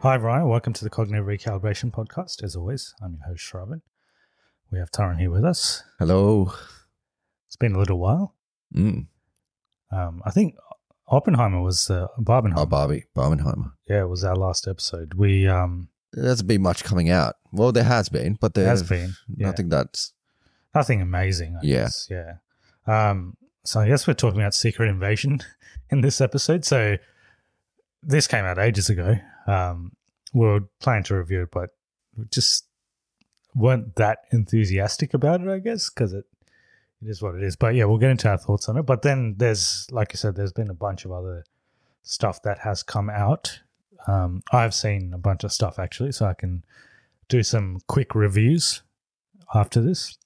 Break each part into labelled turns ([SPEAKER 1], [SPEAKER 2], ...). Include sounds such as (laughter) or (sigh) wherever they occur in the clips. [SPEAKER 1] Hi, everyone. Welcome to the Cognitive Recalibration Podcast. As always, I'm your host, Shravan. We have Taran here with us.
[SPEAKER 2] Hello.
[SPEAKER 1] It's been a little while.
[SPEAKER 2] Mm.
[SPEAKER 1] Um, I think Oppenheimer was uh, Barbenheimer.
[SPEAKER 2] Oh, Barbie, Barbenheimer.
[SPEAKER 1] yeah, it was our last episode. We um,
[SPEAKER 2] There hasn't been much coming out. Well, there has been, but there
[SPEAKER 1] Has been, yeah.
[SPEAKER 2] nothing that's.
[SPEAKER 1] nothing amazing. I
[SPEAKER 2] Yeah.
[SPEAKER 1] guess. yeah. Um, so I guess we're talking about Secret Invasion (laughs) in this episode. So this came out ages ago. Um, we were planning to review it, but we just weren't that enthusiastic about it, I guess, because it it is what it is. But yeah, we'll get into our thoughts on it. But then there's, like you said, there's been a bunch of other stuff that has come out. Um, I've seen a bunch of stuff actually, so I can do some quick reviews after this.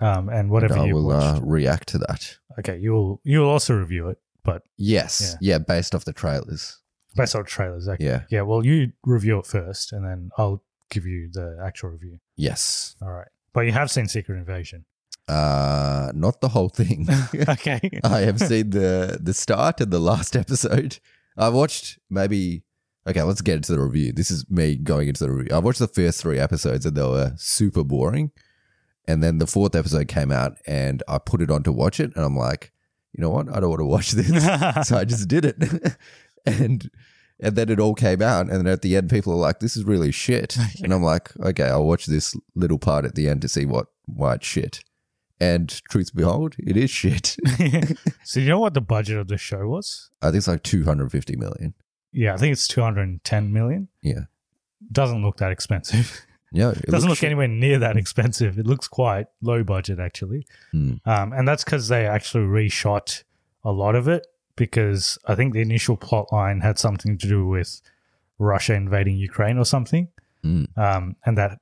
[SPEAKER 1] Um, and whatever
[SPEAKER 2] I
[SPEAKER 1] you
[SPEAKER 2] will uh,
[SPEAKER 1] watched.
[SPEAKER 2] react to that.
[SPEAKER 1] okay, you'll you'll also review it, but
[SPEAKER 2] Yes. Yeah. based off the trailers.
[SPEAKER 1] based on trailers. Okay.
[SPEAKER 2] Yeah.
[SPEAKER 1] Yeah. Well, you review it first, and then I'll give you the actual review.
[SPEAKER 2] Yes.
[SPEAKER 1] All right. But you have seen Secret Invasion.
[SPEAKER 2] Uh, not the
[SPEAKER 1] (laughs)
[SPEAKER 2] whole thing. (laughs)
[SPEAKER 1] okay.
[SPEAKER 2] I have seen the the start and the last episode. I watched maybe. Okay, let's get into the review. This is me going into the review. I watched the first three episodes and they were super boring. And then the fourth episode came out and I put it on to watch it. And I'm like, you know what? I don't want to watch this. so I just did it, (laughs) and and then it all came out, and then at the end, people are like, "This is really shit," and I'm like, "Okay, I'll watch this little part at the end to see what why it's shit." And truth behold, it is shit.
[SPEAKER 1] so you know what the budget of the show was?
[SPEAKER 2] I think it's like 250 million.
[SPEAKER 1] Yeah, I think it's 210 million.
[SPEAKER 2] Yeah,
[SPEAKER 1] Doesn't look that expensive. (laughs)
[SPEAKER 2] yeah,
[SPEAKER 1] It doesn't look anywhere near that expensive. It looks quite low budget actually.
[SPEAKER 2] Hmm.
[SPEAKER 1] Um, and that's because they actually reshot a lot of it because I think the initial plot line had something to do with Russia invading Ukraine or something.
[SPEAKER 2] Hmm.
[SPEAKER 1] Um, and that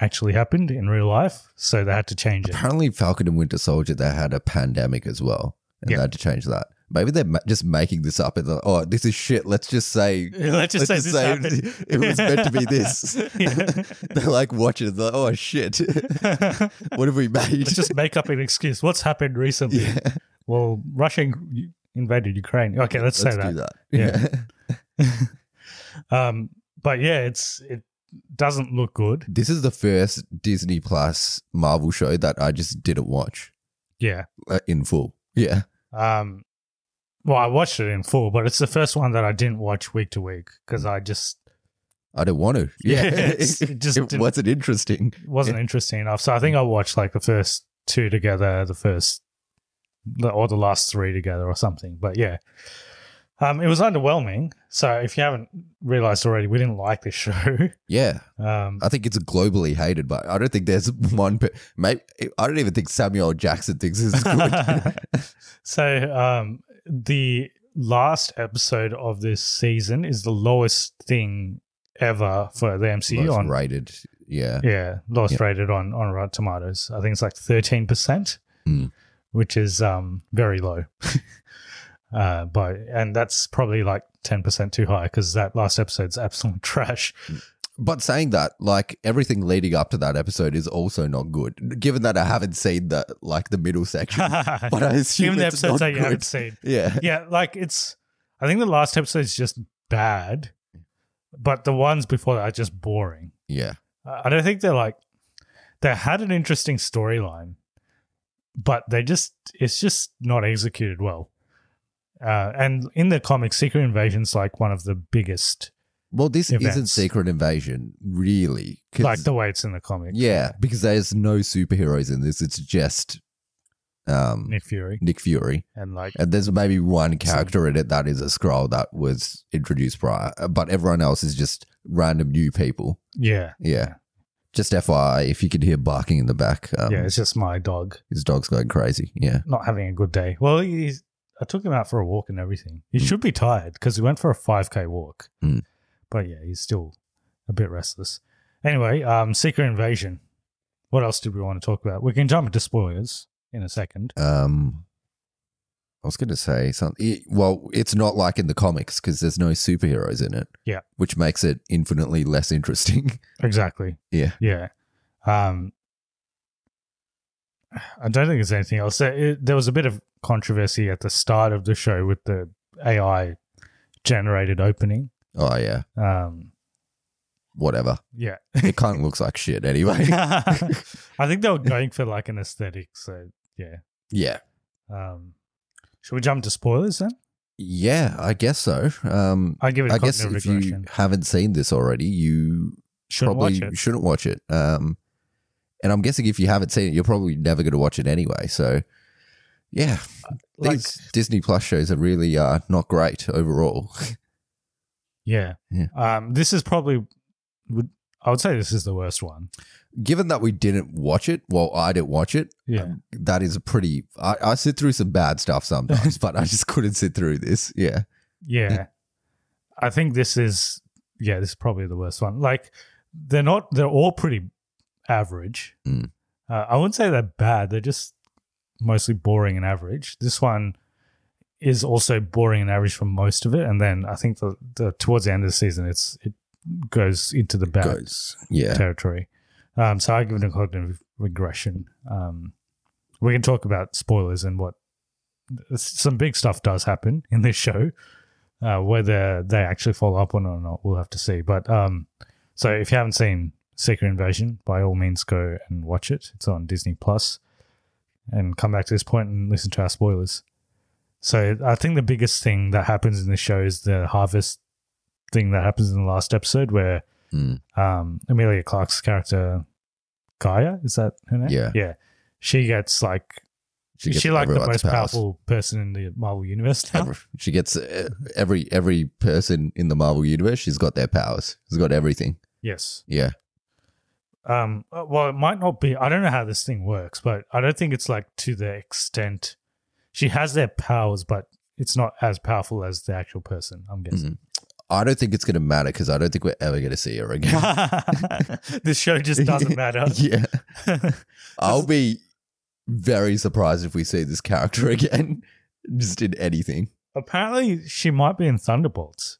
[SPEAKER 1] actually happened in real life. So they had to change
[SPEAKER 2] (laughs)
[SPEAKER 1] it. (laughs)
[SPEAKER 2] Apparently, Falcon and Winter Soldier they had a pandemic as well, and
[SPEAKER 1] Yeah.
[SPEAKER 2] they had to change that. Maybe they're ma- just making this up. And they're like, oh, this is shit. Let's just say (laughs)
[SPEAKER 1] Let's just
[SPEAKER 2] Let's
[SPEAKER 1] say
[SPEAKER 2] just
[SPEAKER 1] this
[SPEAKER 2] say
[SPEAKER 1] happened.
[SPEAKER 2] it was meant
[SPEAKER 1] (laughs)
[SPEAKER 2] to be this. (laughs)
[SPEAKER 1] Yeah.
[SPEAKER 2] They're like watching it. They're like, oh shit, (laughs) what have we made?
[SPEAKER 1] Let's
[SPEAKER 2] (laughs)
[SPEAKER 1] just make up an excuse. What's happened recently?
[SPEAKER 2] Yeah.
[SPEAKER 1] Well, Russia in- invaded Ukraine. Okay, let's, say that.
[SPEAKER 2] do that.
[SPEAKER 1] Yeah. Um, but yeah, it's it doesn't look good.
[SPEAKER 2] (laughs) this is the first Disney Plus Marvel show that I just didn't watch
[SPEAKER 1] Yeah.
[SPEAKER 2] uh, in full. Yeah.
[SPEAKER 1] Um, well, I watched it in full, but it's the first one that I didn't watch week to week because I just
[SPEAKER 2] I didn't want to.
[SPEAKER 1] Yeah, (laughs)
[SPEAKER 2] Yeah.
[SPEAKER 1] it's-
[SPEAKER 2] (laughs)
[SPEAKER 1] it just didn't-
[SPEAKER 2] wasn't interesting.
[SPEAKER 1] it wasn't interesting enough. So I think I watched like the first two together, the first the- or the last three together or something. But yeah, Um, it was underwhelming. So if you haven't realized already, we didn't like this (laughs) show.
[SPEAKER 2] Yeah,
[SPEAKER 1] Um,
[SPEAKER 2] I think it's globally hated, but I don't think there's (laughs) one. Pe- maybe I don't even think Samuel Jackson thinks it's good.
[SPEAKER 1] (laughs) so um, the last episode of this season is the lowest thing ever for the MCU
[SPEAKER 2] Lowest
[SPEAKER 1] on
[SPEAKER 2] rated. Yeah.
[SPEAKER 1] yeah lowest
[SPEAKER 2] Yep.
[SPEAKER 1] rated on on Rotten Tomatoes. I think it's like thirteen percent,
[SPEAKER 2] Mm.
[SPEAKER 1] which is um, very low. (laughs) uh, but and that's probably like ten percent too high because that last episode's absolute (laughs) trash.
[SPEAKER 2] But saying that, like everything leading up to that episode is also not good. Given that I haven't seen the like the
[SPEAKER 1] (laughs)
[SPEAKER 2] middle section, but I assume
[SPEAKER 1] Even the
[SPEAKER 2] it's
[SPEAKER 1] episodes
[SPEAKER 2] not
[SPEAKER 1] that you
[SPEAKER 2] good.
[SPEAKER 1] haven't seen.
[SPEAKER 2] yeah,
[SPEAKER 1] yeah, like it's. I think the last episode is just bad, but the ones before that are just boring.
[SPEAKER 2] yeah,
[SPEAKER 1] I I don't think they're like they had an interesting storyline, but they just it's just not executed well. Uh, and in the comics, Secret Invasion's like one of the biggest,
[SPEAKER 2] Well, this isn't
[SPEAKER 1] Events.
[SPEAKER 2] Secret Invasion, really. 'cause-
[SPEAKER 1] like the way it's in the comics.
[SPEAKER 2] yeah, because there's no superheroes in this. It's just um,
[SPEAKER 1] Nick Fury
[SPEAKER 2] Nick Fury.
[SPEAKER 1] and like
[SPEAKER 2] And there's maybe one character in it that is a scroll that was introduced prior, uh, but everyone else is just random new people.
[SPEAKER 1] yeah,
[SPEAKER 2] Yeah. Just FYI, if you can hear barking in the back, um,
[SPEAKER 1] yeah. It's just my dog
[SPEAKER 2] his dog's going crazy. Yeah.
[SPEAKER 1] not having a good day. Well, he's, I took him out for a walk and everything. He should be tired because he went for a 5K walk.
[SPEAKER 2] Mm.
[SPEAKER 1] But yeah, he's still a bit restless. Anyway, um, Secret Invasion. What else did we want to talk about? We can jump into spoilers in a second.
[SPEAKER 2] Um, I was going to say something. Well, it's not like in the comics because there's no superheroes in it.
[SPEAKER 1] Yeah.
[SPEAKER 2] Which makes it infinitely less interesting. (laughs)
[SPEAKER 1] Exactly.
[SPEAKER 2] yeah.
[SPEAKER 1] Yeah. Um, I don't think there's anything else. There, it- there was a bit of controversy at the start of the show with the AI generated opening.
[SPEAKER 2] Oh, yeah.
[SPEAKER 1] Um,
[SPEAKER 2] Whatever.
[SPEAKER 1] yeah.
[SPEAKER 2] It kind of looks like
[SPEAKER 1] (laughs)
[SPEAKER 2] shit anyway. (laughs)
[SPEAKER 1] I think they were going for like an aesthetic. So yeah.
[SPEAKER 2] yeah.
[SPEAKER 1] Um, should we jump to spoilers then?
[SPEAKER 2] Yeah, I guess so. Um,
[SPEAKER 1] I give it.
[SPEAKER 2] I
[SPEAKER 1] I
[SPEAKER 2] guess if you haven't seen this already, you
[SPEAKER 1] shouldn't
[SPEAKER 2] probably
[SPEAKER 1] watch it.
[SPEAKER 2] shouldn't watch it. Um, and I'm guessing if you haven't seen it, you're probably never going to watch it anyway. So, yeah,
[SPEAKER 1] Like
[SPEAKER 2] these Disney Plus shows are really uh, not great overall.
[SPEAKER 1] yeah.
[SPEAKER 2] Yeah.
[SPEAKER 1] Um, this is probably would I would say this is the worst one.
[SPEAKER 2] Given that we didn't watch it, well, I didn't watch it.
[SPEAKER 1] Yeah.
[SPEAKER 2] That is a pretty. I, I sit through some bad
[SPEAKER 1] (laughs)
[SPEAKER 2] stuff sometimes, but I just couldn't sit through this. Yeah,
[SPEAKER 1] yeah. I think this is yeah. This is probably the worst one. Like they're not. They're all pretty average.
[SPEAKER 2] Mm.
[SPEAKER 1] Uh, I wouldn't say they're bad. They're just mostly boring and average. This one is also boring and average for most of it, and then I think the, the towards the end of the season, it's it goes into the bad
[SPEAKER 2] goes. Yeah,
[SPEAKER 1] territory. Um, so I give it a cognitive regression. Um, we can talk about spoilers and what some big stuff does happen in this show. Uh, whether they actually follow up on it or not, we'll have to see. But um, so if you haven't seen Secret Invasion, by all means go and watch it. It's on Disney Plus, and come back to this point and listen to our spoilers. So I think the biggest thing that happens in this show is the harvest thing that happens in the last episode where
[SPEAKER 2] Mm.
[SPEAKER 1] um, Amelia Clark's character, Gaia, is that her name?
[SPEAKER 2] Yeah.
[SPEAKER 1] yeah. She gets like she,
[SPEAKER 2] gets
[SPEAKER 1] like the most
[SPEAKER 2] everyone's powers.
[SPEAKER 1] powerful person in the Marvel universe. Now.
[SPEAKER 2] Every, she gets uh, every every person in the Marvel universe. She's got their powers. She's got everything.
[SPEAKER 1] Yes.
[SPEAKER 2] Yeah,
[SPEAKER 1] Um. uh, Well, it might not be. I don't know how this thing works, but I don't think it's like to the extent she has their powers, but it's not as powerful as the actual person. I'm guessing.
[SPEAKER 2] I don't think it's gonna matter because I don't think we're ever gonna see
[SPEAKER 1] (laughs)
[SPEAKER 2] her again.
[SPEAKER 1] this show just doesn't
[SPEAKER 2] (laughs)
[SPEAKER 1] matter.
[SPEAKER 2] yeah, I'll be very surprised if we see this character again, (laughs) just in anything.
[SPEAKER 1] Apparently, she might be in Thunderbolts.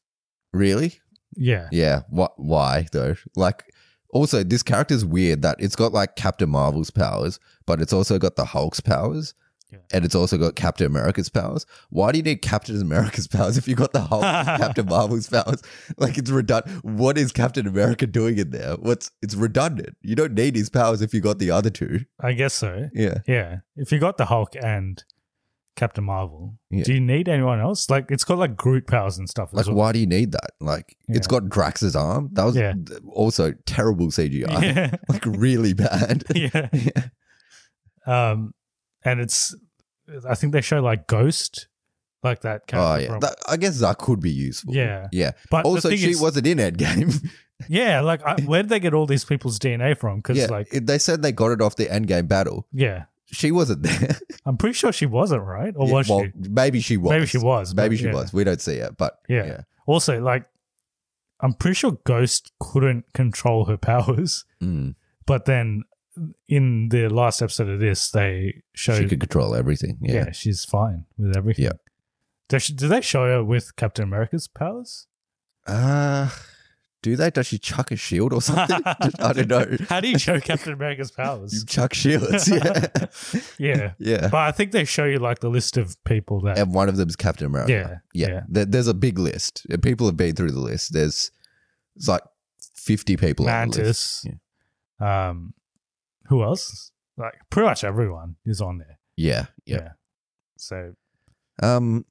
[SPEAKER 2] Really?
[SPEAKER 1] Yeah.
[SPEAKER 2] Yeah. What? Why though? Like, also this character's weird that it's got like Captain Marvel's powers, but it's also got the Hulk's powers.
[SPEAKER 1] Yeah.
[SPEAKER 2] And it's also got Captain America's powers. Why do you need Captain America's (laughs) powers if you got the
[SPEAKER 1] (laughs)
[SPEAKER 2] Hulk and Captain Marvel's powers? Like it's redundant. What is Captain America doing in there? What's it's redundant. You don't need his powers if you got the other two.
[SPEAKER 1] I guess so.
[SPEAKER 2] Yeah.
[SPEAKER 1] Yeah. If you got the Hulk and Captain Marvel,
[SPEAKER 2] Yeah.
[SPEAKER 1] do you need anyone else? Like, it's got like Groot powers and stuff.
[SPEAKER 2] Like,
[SPEAKER 1] as well.
[SPEAKER 2] why do you need that? Like, it's
[SPEAKER 1] Yeah.
[SPEAKER 2] got Drax's arm. That was
[SPEAKER 1] Yeah.
[SPEAKER 2] th- also terrible CGI.
[SPEAKER 1] (laughs) Yeah.
[SPEAKER 2] (laughs) Like, really bad.
[SPEAKER 1] (laughs) yeah.
[SPEAKER 2] (laughs) Yeah.
[SPEAKER 1] Um, and it's, I think they show like Ghost like that character.
[SPEAKER 2] Oh yeah,
[SPEAKER 1] from-
[SPEAKER 2] That- I guess that could be useful.
[SPEAKER 1] Yeah.
[SPEAKER 2] yeah.
[SPEAKER 1] But the
[SPEAKER 2] also,
[SPEAKER 1] thing
[SPEAKER 2] she
[SPEAKER 1] is-
[SPEAKER 2] wasn't in Endgame. (laughs)
[SPEAKER 1] yeah, like I, where did they get all these people's DNA from? Because
[SPEAKER 2] yeah,
[SPEAKER 1] like,
[SPEAKER 2] it- they said they got it off the Endgame battle.
[SPEAKER 1] yeah,
[SPEAKER 2] She wasn't there.
[SPEAKER 1] I'm pretty sure she wasn't right, or
[SPEAKER 2] (laughs) Yeah,
[SPEAKER 1] was
[SPEAKER 2] well,
[SPEAKER 1] she?
[SPEAKER 2] Maybe she was.
[SPEAKER 1] Maybe she was, but
[SPEAKER 2] Maybe she
[SPEAKER 1] yeah.
[SPEAKER 2] was. We don't see it, but
[SPEAKER 1] Yeah.
[SPEAKER 2] yeah.
[SPEAKER 1] Also, like, I'm pretty sure Ghost couldn't control her (laughs) powers,
[SPEAKER 2] Mm.
[SPEAKER 1] but then in the last episode of this, they showed
[SPEAKER 2] she could control everything.
[SPEAKER 1] yeah.
[SPEAKER 2] Yeah.
[SPEAKER 1] she's fine with everything.
[SPEAKER 2] Yeah.
[SPEAKER 1] Does she, do they show her with Captain America's powers?
[SPEAKER 2] Uh, do they? Does she chuck a shield
[SPEAKER 1] (laughs)
[SPEAKER 2] or something? (laughs) I don't know.
[SPEAKER 1] How do you show Captain America's powers?
[SPEAKER 2] You chuck shields.
[SPEAKER 1] (laughs)
[SPEAKER 2] Yeah.
[SPEAKER 1] yeah.
[SPEAKER 2] yeah.
[SPEAKER 1] But I think they show you like the list of people that.
[SPEAKER 2] and one of them is Captain America.
[SPEAKER 1] Yeah,
[SPEAKER 2] Yeah.
[SPEAKER 1] yeah.
[SPEAKER 2] There- There's a big list. Uh, People have been through the list. There's it's like 50 people on the list.
[SPEAKER 1] Mantis. Um, who else? Like pretty much everyone is on there.
[SPEAKER 2] Yeah. Yeah.
[SPEAKER 1] So
[SPEAKER 2] Um,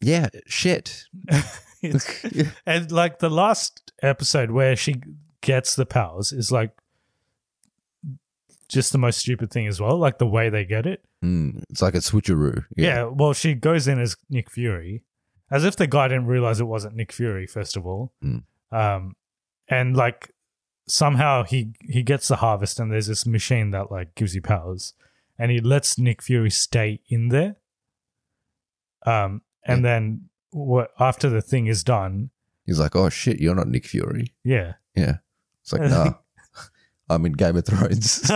[SPEAKER 2] yeah.
[SPEAKER 1] (laughs)
[SPEAKER 2] Shit. Hmm,
[SPEAKER 1] it's, and like the last episode where she gets the powers is like just the most stupid thing as well. Like the way they get it.
[SPEAKER 2] Mm, it's like a switcheroo.
[SPEAKER 1] Yeah. well, she goes in as Nick Fury, as if the guy didn't realize it wasn't Nick Fury. First of all,
[SPEAKER 2] Mm.
[SPEAKER 1] um, and like somehow he he gets the harvest, and there's this machine that like gives you powers, and he lets Nick Fury stay in there. Um, and then what after the thing is done,
[SPEAKER 2] He's like, oh shit, you're not Nick Fury.
[SPEAKER 1] yeah, (laughs)
[SPEAKER 2] Yeah. It's like, nah. I'm in Game of
[SPEAKER 1] (laughs)
[SPEAKER 2] Thrones. (laughs)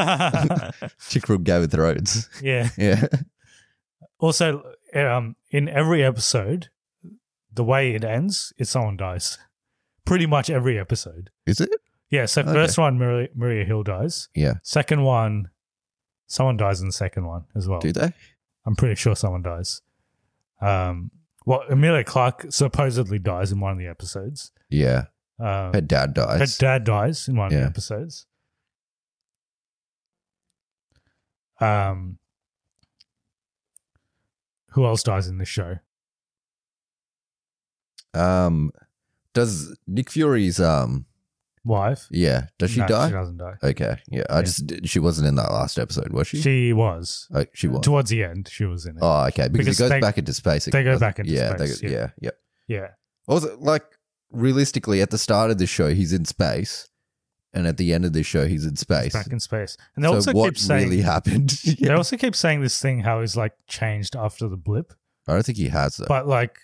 [SPEAKER 2] Chick from Game of Thrones. (laughs)
[SPEAKER 1] yeah.
[SPEAKER 2] Yeah.
[SPEAKER 1] Also, um, in every episode, the way it ends is someone dies. Pretty much every episode.
[SPEAKER 2] Is it?
[SPEAKER 1] Yeah, so
[SPEAKER 2] Okay.
[SPEAKER 1] first one, Maria, Maria Hill dies.
[SPEAKER 2] Yeah.
[SPEAKER 1] Second one, someone dies in the second one as well.
[SPEAKER 2] Do they?
[SPEAKER 1] I'm pretty sure someone dies. Um, well, Amelia Clark supposedly dies in one of the episodes.
[SPEAKER 2] Yeah.
[SPEAKER 1] Um,
[SPEAKER 2] Her dad dies.
[SPEAKER 1] her dad dies in one of
[SPEAKER 2] Yeah.
[SPEAKER 1] the episodes. Um, who else dies in this show?
[SPEAKER 2] Um, does Nick Fury's um,
[SPEAKER 1] Wife?
[SPEAKER 2] yeah, does she
[SPEAKER 1] No,
[SPEAKER 2] die?
[SPEAKER 1] She doesn't die.
[SPEAKER 2] okay, yeah, I
[SPEAKER 1] Yeah.
[SPEAKER 2] just she wasn't in that last episode, was she?
[SPEAKER 1] She was.
[SPEAKER 2] oh, she was.
[SPEAKER 1] Towards the end, she was in it.
[SPEAKER 2] Oh, okay, because,
[SPEAKER 1] Because
[SPEAKER 2] it goes
[SPEAKER 1] they-
[SPEAKER 2] back into space.
[SPEAKER 1] they go
[SPEAKER 2] doesn't-
[SPEAKER 1] back into
[SPEAKER 2] yeah,
[SPEAKER 1] space,
[SPEAKER 2] They
[SPEAKER 1] yeah.
[SPEAKER 2] go, yeah, yeah.
[SPEAKER 1] Yeah.
[SPEAKER 2] Also, like realistically, at the start of this show, he's in space, and at the end of this show, he's in space.
[SPEAKER 1] back in space. And they
[SPEAKER 2] so
[SPEAKER 1] also
[SPEAKER 2] what
[SPEAKER 1] keep saying
[SPEAKER 2] really happened? (laughs) Yeah.
[SPEAKER 1] they also keep saying this thing how he's like changed after the blip,
[SPEAKER 2] I don't think he has though.
[SPEAKER 1] but like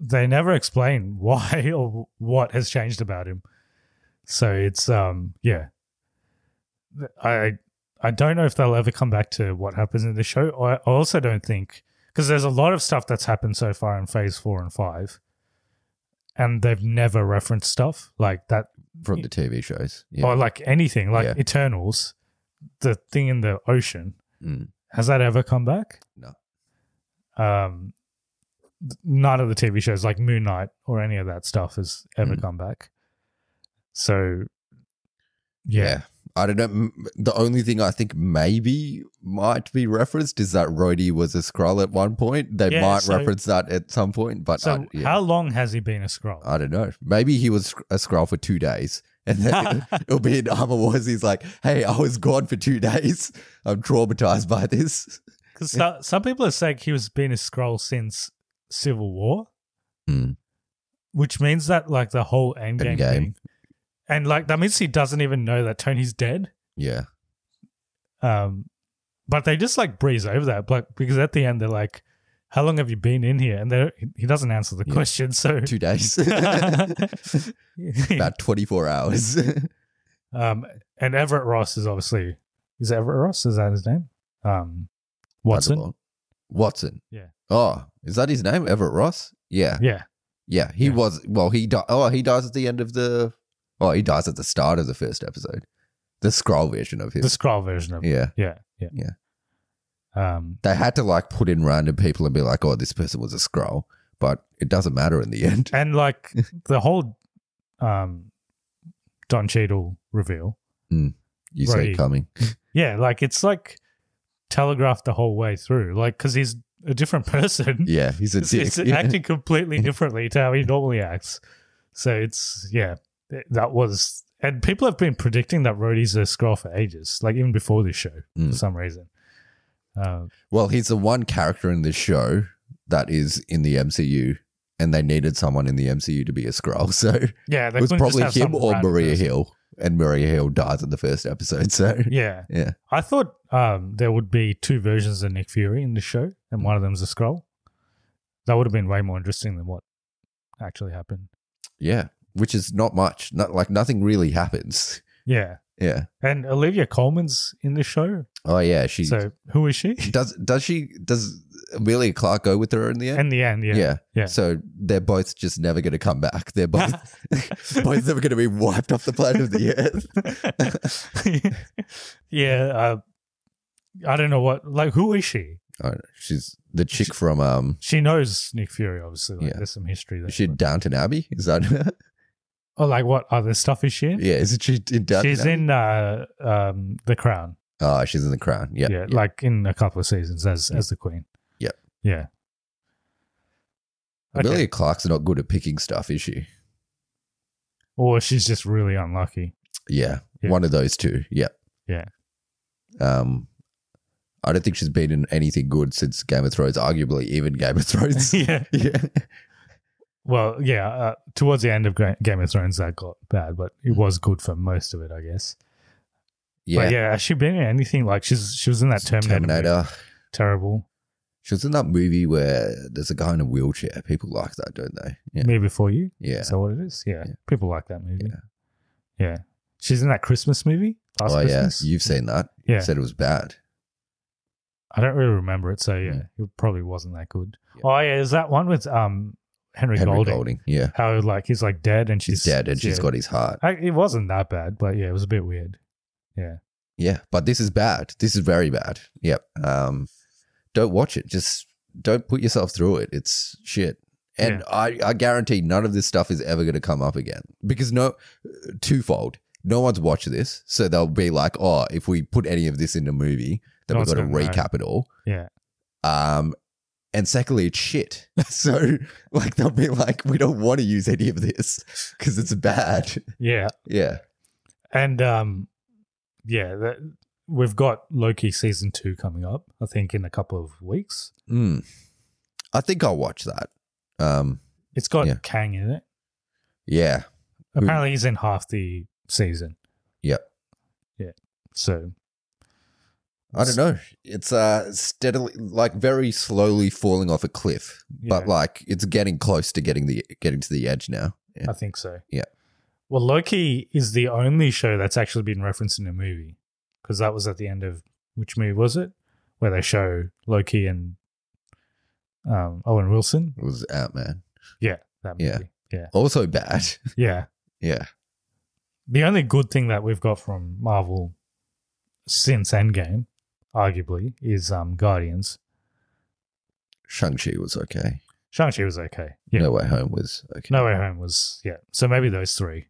[SPEAKER 1] they never explain (laughs) why or what has changed about him. So it's um yeah, I I don't know if they'll ever come back to what happens in the show. I I also don't think because there's a lot of stuff that's happened so far in Phase Four and Five, and they've never referenced stuff like that
[SPEAKER 2] from the TV shows, yeah.
[SPEAKER 1] or like anything like
[SPEAKER 2] Yeah.
[SPEAKER 1] Eternals, the thing in the ocean.
[SPEAKER 2] Mm.
[SPEAKER 1] Has that ever come back?
[SPEAKER 2] No.
[SPEAKER 1] Um, th- none of the TV shows like Moon Knight or any of that stuff has ever
[SPEAKER 2] Mm.
[SPEAKER 1] come back. So, yeah.
[SPEAKER 2] I don't know. M- The only thing I think maybe might be referenced is that Rhodey was a Skrull at one point. They
[SPEAKER 1] Yeah,
[SPEAKER 2] might
[SPEAKER 1] so-
[SPEAKER 2] reference that at some point, but
[SPEAKER 1] So,
[SPEAKER 2] I, Uh, yeah, Uh,
[SPEAKER 1] how long has he been a scroll?
[SPEAKER 2] I don't know. Maybe he was a Skrull for two days, (laughs) and
[SPEAKER 1] (laughs)
[SPEAKER 2] then it'll be in Armor Wars. He's like, "Hey, I was gone for two (laughs) days. I'm traumatized by this."
[SPEAKER 1] Because some people are saying he was been a scroll since Civil War,
[SPEAKER 2] Mm.
[SPEAKER 1] which means that like the whole Endgame,
[SPEAKER 2] Endgame.
[SPEAKER 1] thing, and like that means he doesn't even know that Tony's dead.
[SPEAKER 2] Yeah,
[SPEAKER 1] Um, but they just like breeze over that, but because at the end they're like, "How long have you been in here?" And they he doesn't answer the
[SPEAKER 2] Yeah.
[SPEAKER 1] question, so (laughs)
[SPEAKER 2] two days, (laughs)
[SPEAKER 1] Hmm.
[SPEAKER 2] about twenty four hours.
[SPEAKER 1] um, and Everett Ross is obviously is it Everett Ross is that his name? Um, (laughs) Watson,
[SPEAKER 2] Thunderbolt. Watson.
[SPEAKER 1] Yeah.
[SPEAKER 2] Oh, is that his name? Everett Ross. Yeah.
[SPEAKER 1] yeah,
[SPEAKER 2] Yeah, he
[SPEAKER 1] Yeah.
[SPEAKER 2] was. Well, he di- oh he dies at the end of the. Oh, he dies at the start of the first episode, the scroll version of his.
[SPEAKER 1] the scroll version of
[SPEAKER 2] yeah,
[SPEAKER 1] yeah, yeah, Um,
[SPEAKER 2] they had to like put in random people and be like, "Oh, this person was a scroll," but it doesn't matter in the
[SPEAKER 1] (laughs)
[SPEAKER 2] end.
[SPEAKER 1] and like
[SPEAKER 2] (laughs)
[SPEAKER 1] the whole um Don Cheadle reveal,
[SPEAKER 2] You see
[SPEAKER 1] Right.
[SPEAKER 2] it coming.
[SPEAKER 1] yeah, like it's like telegraphed the whole way through, like because he's a different (laughs) person.
[SPEAKER 2] Yeah, he's a
[SPEAKER 1] Hmm? it's,
[SPEAKER 2] dick.
[SPEAKER 1] it's
[SPEAKER 2] (laughs) yeah.
[SPEAKER 1] acting completely differently to how he normally acts. So it's yeah, th- that was and people have been predicting that Rhodey's a scroll for ages, like even before this show
[SPEAKER 2] Mm.
[SPEAKER 1] for some reason. Um,
[SPEAKER 2] Well, he's the one character in this show that is in the MCU, and they needed someone in the MCU to be a Skrull. (laughs) So
[SPEAKER 1] Yeah, they
[SPEAKER 2] it was
[SPEAKER 1] couldn't just
[SPEAKER 2] probably
[SPEAKER 1] have some
[SPEAKER 2] him or
[SPEAKER 1] random
[SPEAKER 2] Maria
[SPEAKER 1] person.
[SPEAKER 2] Hill, and Maria Hill dies in the first episode. So
[SPEAKER 1] (laughs) Yeah,
[SPEAKER 2] (laughs) yeah.
[SPEAKER 1] I thought um, there would be two versions of Nick Fury in the show,
[SPEAKER 2] Mm.
[SPEAKER 1] and one of them's a scroll. That would have been way more interesting than what actually happened.
[SPEAKER 2] Yeah, which is not much. Not like nothing really happens. (laughs)
[SPEAKER 1] Yeah,
[SPEAKER 2] Yeah.
[SPEAKER 1] and Olivia Coleman's in the show.
[SPEAKER 2] Oh yeah, she
[SPEAKER 1] so who is she?
[SPEAKER 2] does. Does she does Amelia Clark go with her in the end?
[SPEAKER 1] In the end, yeah, (laughs)
[SPEAKER 2] yeah.
[SPEAKER 1] yeah.
[SPEAKER 2] So they're both just never going to come back. They're
[SPEAKER 1] (laughs)
[SPEAKER 2] both (laughs) both of them are going to be wiped off the planet of the earth. (laughs)
[SPEAKER 1] (laughs) yeah, uh, I don't know what. Like, who is she?
[SPEAKER 2] I don't know. Oh, She's the chick from um.
[SPEAKER 1] She knows Nick Fury, obviously. Like,
[SPEAKER 2] Yeah.
[SPEAKER 1] There's some history there.
[SPEAKER 2] Is she in Downton Abbey? Is that her?
[SPEAKER 1] oh, like what other stuff is she in?
[SPEAKER 2] (laughs) yeah? Isn't she in Downton?
[SPEAKER 1] She's
[SPEAKER 2] Abbey?
[SPEAKER 1] in uh, um, The Crown.
[SPEAKER 2] Oh, she's in the Crown. Yeah.
[SPEAKER 1] yeah, like in a couple of seasons as as the Queen.
[SPEAKER 2] Yeah.
[SPEAKER 1] yeah. Okay.
[SPEAKER 2] Amelia Clark's not good at picking stuff, is she?
[SPEAKER 1] Or she's just really unlucky.
[SPEAKER 2] Yeah,
[SPEAKER 1] Yeah.
[SPEAKER 2] one of those two. Yeah.
[SPEAKER 1] Yeah.
[SPEAKER 2] Um, I don't think she's been in anything good since Game of Thrones. Arguably, even
[SPEAKER 1] (laughs)
[SPEAKER 2] Game of Thrones.
[SPEAKER 1] yeah.
[SPEAKER 2] (laughs) yeah.
[SPEAKER 1] Well, yeah. Uh, towards the end of Gra- Game of Thrones, that got bad, but
[SPEAKER 2] Mm-hmm.
[SPEAKER 1] it was good for most of it, I guess.
[SPEAKER 2] Yeah.
[SPEAKER 1] But yeah, has she been in anything like she's she was in that Terminator? movie.
[SPEAKER 2] Terminator.
[SPEAKER 1] Terrible.
[SPEAKER 2] She was in that movie where there's a guy in a wheelchair. People like that, don't they? Yeah.
[SPEAKER 1] Me before you.
[SPEAKER 2] Yeah.
[SPEAKER 1] Is that what it is? Yeah.
[SPEAKER 2] Yeah.
[SPEAKER 1] People like that movie.
[SPEAKER 2] Yeah.
[SPEAKER 1] Yeah. She's in that Christmas movie. Last
[SPEAKER 2] oh
[SPEAKER 1] Christmas.
[SPEAKER 2] yeah, you've seen that.
[SPEAKER 1] Yeah.
[SPEAKER 2] Said it was bad.
[SPEAKER 1] I don't really remember it, so yeah,
[SPEAKER 2] Mm.
[SPEAKER 1] it probably wasn't that good.
[SPEAKER 2] Yeah.
[SPEAKER 1] Oh yeah, is that one with um Henry,
[SPEAKER 2] Henry
[SPEAKER 1] Golding?
[SPEAKER 2] Golding. Yeah.
[SPEAKER 1] How like he's like dead and
[SPEAKER 2] She's
[SPEAKER 1] she's,
[SPEAKER 2] dead and she's
[SPEAKER 1] yeah.
[SPEAKER 2] got his heart.
[SPEAKER 1] I, it wasn't that bad, but yeah, it was a bit weird. Yeah,
[SPEAKER 2] Yeah. But this is bad. This is very bad. Yep. Um, don't watch it. Just don't put yourself through it. It's shit. And
[SPEAKER 1] Yeah.
[SPEAKER 2] I, I guarantee none of this stuff is ever going to come up again because no, twofold. No one's watched this. So they'll be like, oh, if we put any of this in a movie, then
[SPEAKER 1] No
[SPEAKER 2] we've
[SPEAKER 1] one's
[SPEAKER 2] got to
[SPEAKER 1] gonna know.
[SPEAKER 2] recap it all.
[SPEAKER 1] yeah,
[SPEAKER 2] Um, and secondly, it's shit. (laughs) So, like, they'll be like, we don't want to use any of this because it's bad. (laughs)
[SPEAKER 1] yeah,
[SPEAKER 2] Yeah.
[SPEAKER 1] and um, yeah, that, we've got Loki season two coming up. I think in a couple of weeks.
[SPEAKER 2] Mm. I think I'll watch that. Um,
[SPEAKER 1] It's got
[SPEAKER 2] Yeah. Mm.
[SPEAKER 1] Kang in it.
[SPEAKER 2] yeah. Who-
[SPEAKER 1] Apparently, he's in half the season.
[SPEAKER 2] Yep.
[SPEAKER 1] So
[SPEAKER 2] I don't know. It's uh steadily, like, very slowly falling off a cliff, but
[SPEAKER 1] Yeah.
[SPEAKER 2] like, it's getting close to getting the getting to the edge now. Yeah.
[SPEAKER 1] I think so.
[SPEAKER 2] Yeah.
[SPEAKER 1] Well, Loki is the only show that's actually been referenced in a movie because that was at the end of which movie was it? Where they show Loki and um, Owen Wilson.
[SPEAKER 2] It was out, man.
[SPEAKER 1] Yeah, that
[SPEAKER 2] Yeah.
[SPEAKER 1] movie. Yeah.
[SPEAKER 2] Also bad. (laughs)
[SPEAKER 1] Yeah.
[SPEAKER 2] yeah.
[SPEAKER 1] The only good thing that we've got from Marvel since Endgame, arguably, is um, Guardians.
[SPEAKER 2] Shang-Chi was okay.
[SPEAKER 1] Shang-Chi was okay. Yeah.
[SPEAKER 2] No Way Home was okay.
[SPEAKER 1] No Way Home was, yeah. So maybe those three.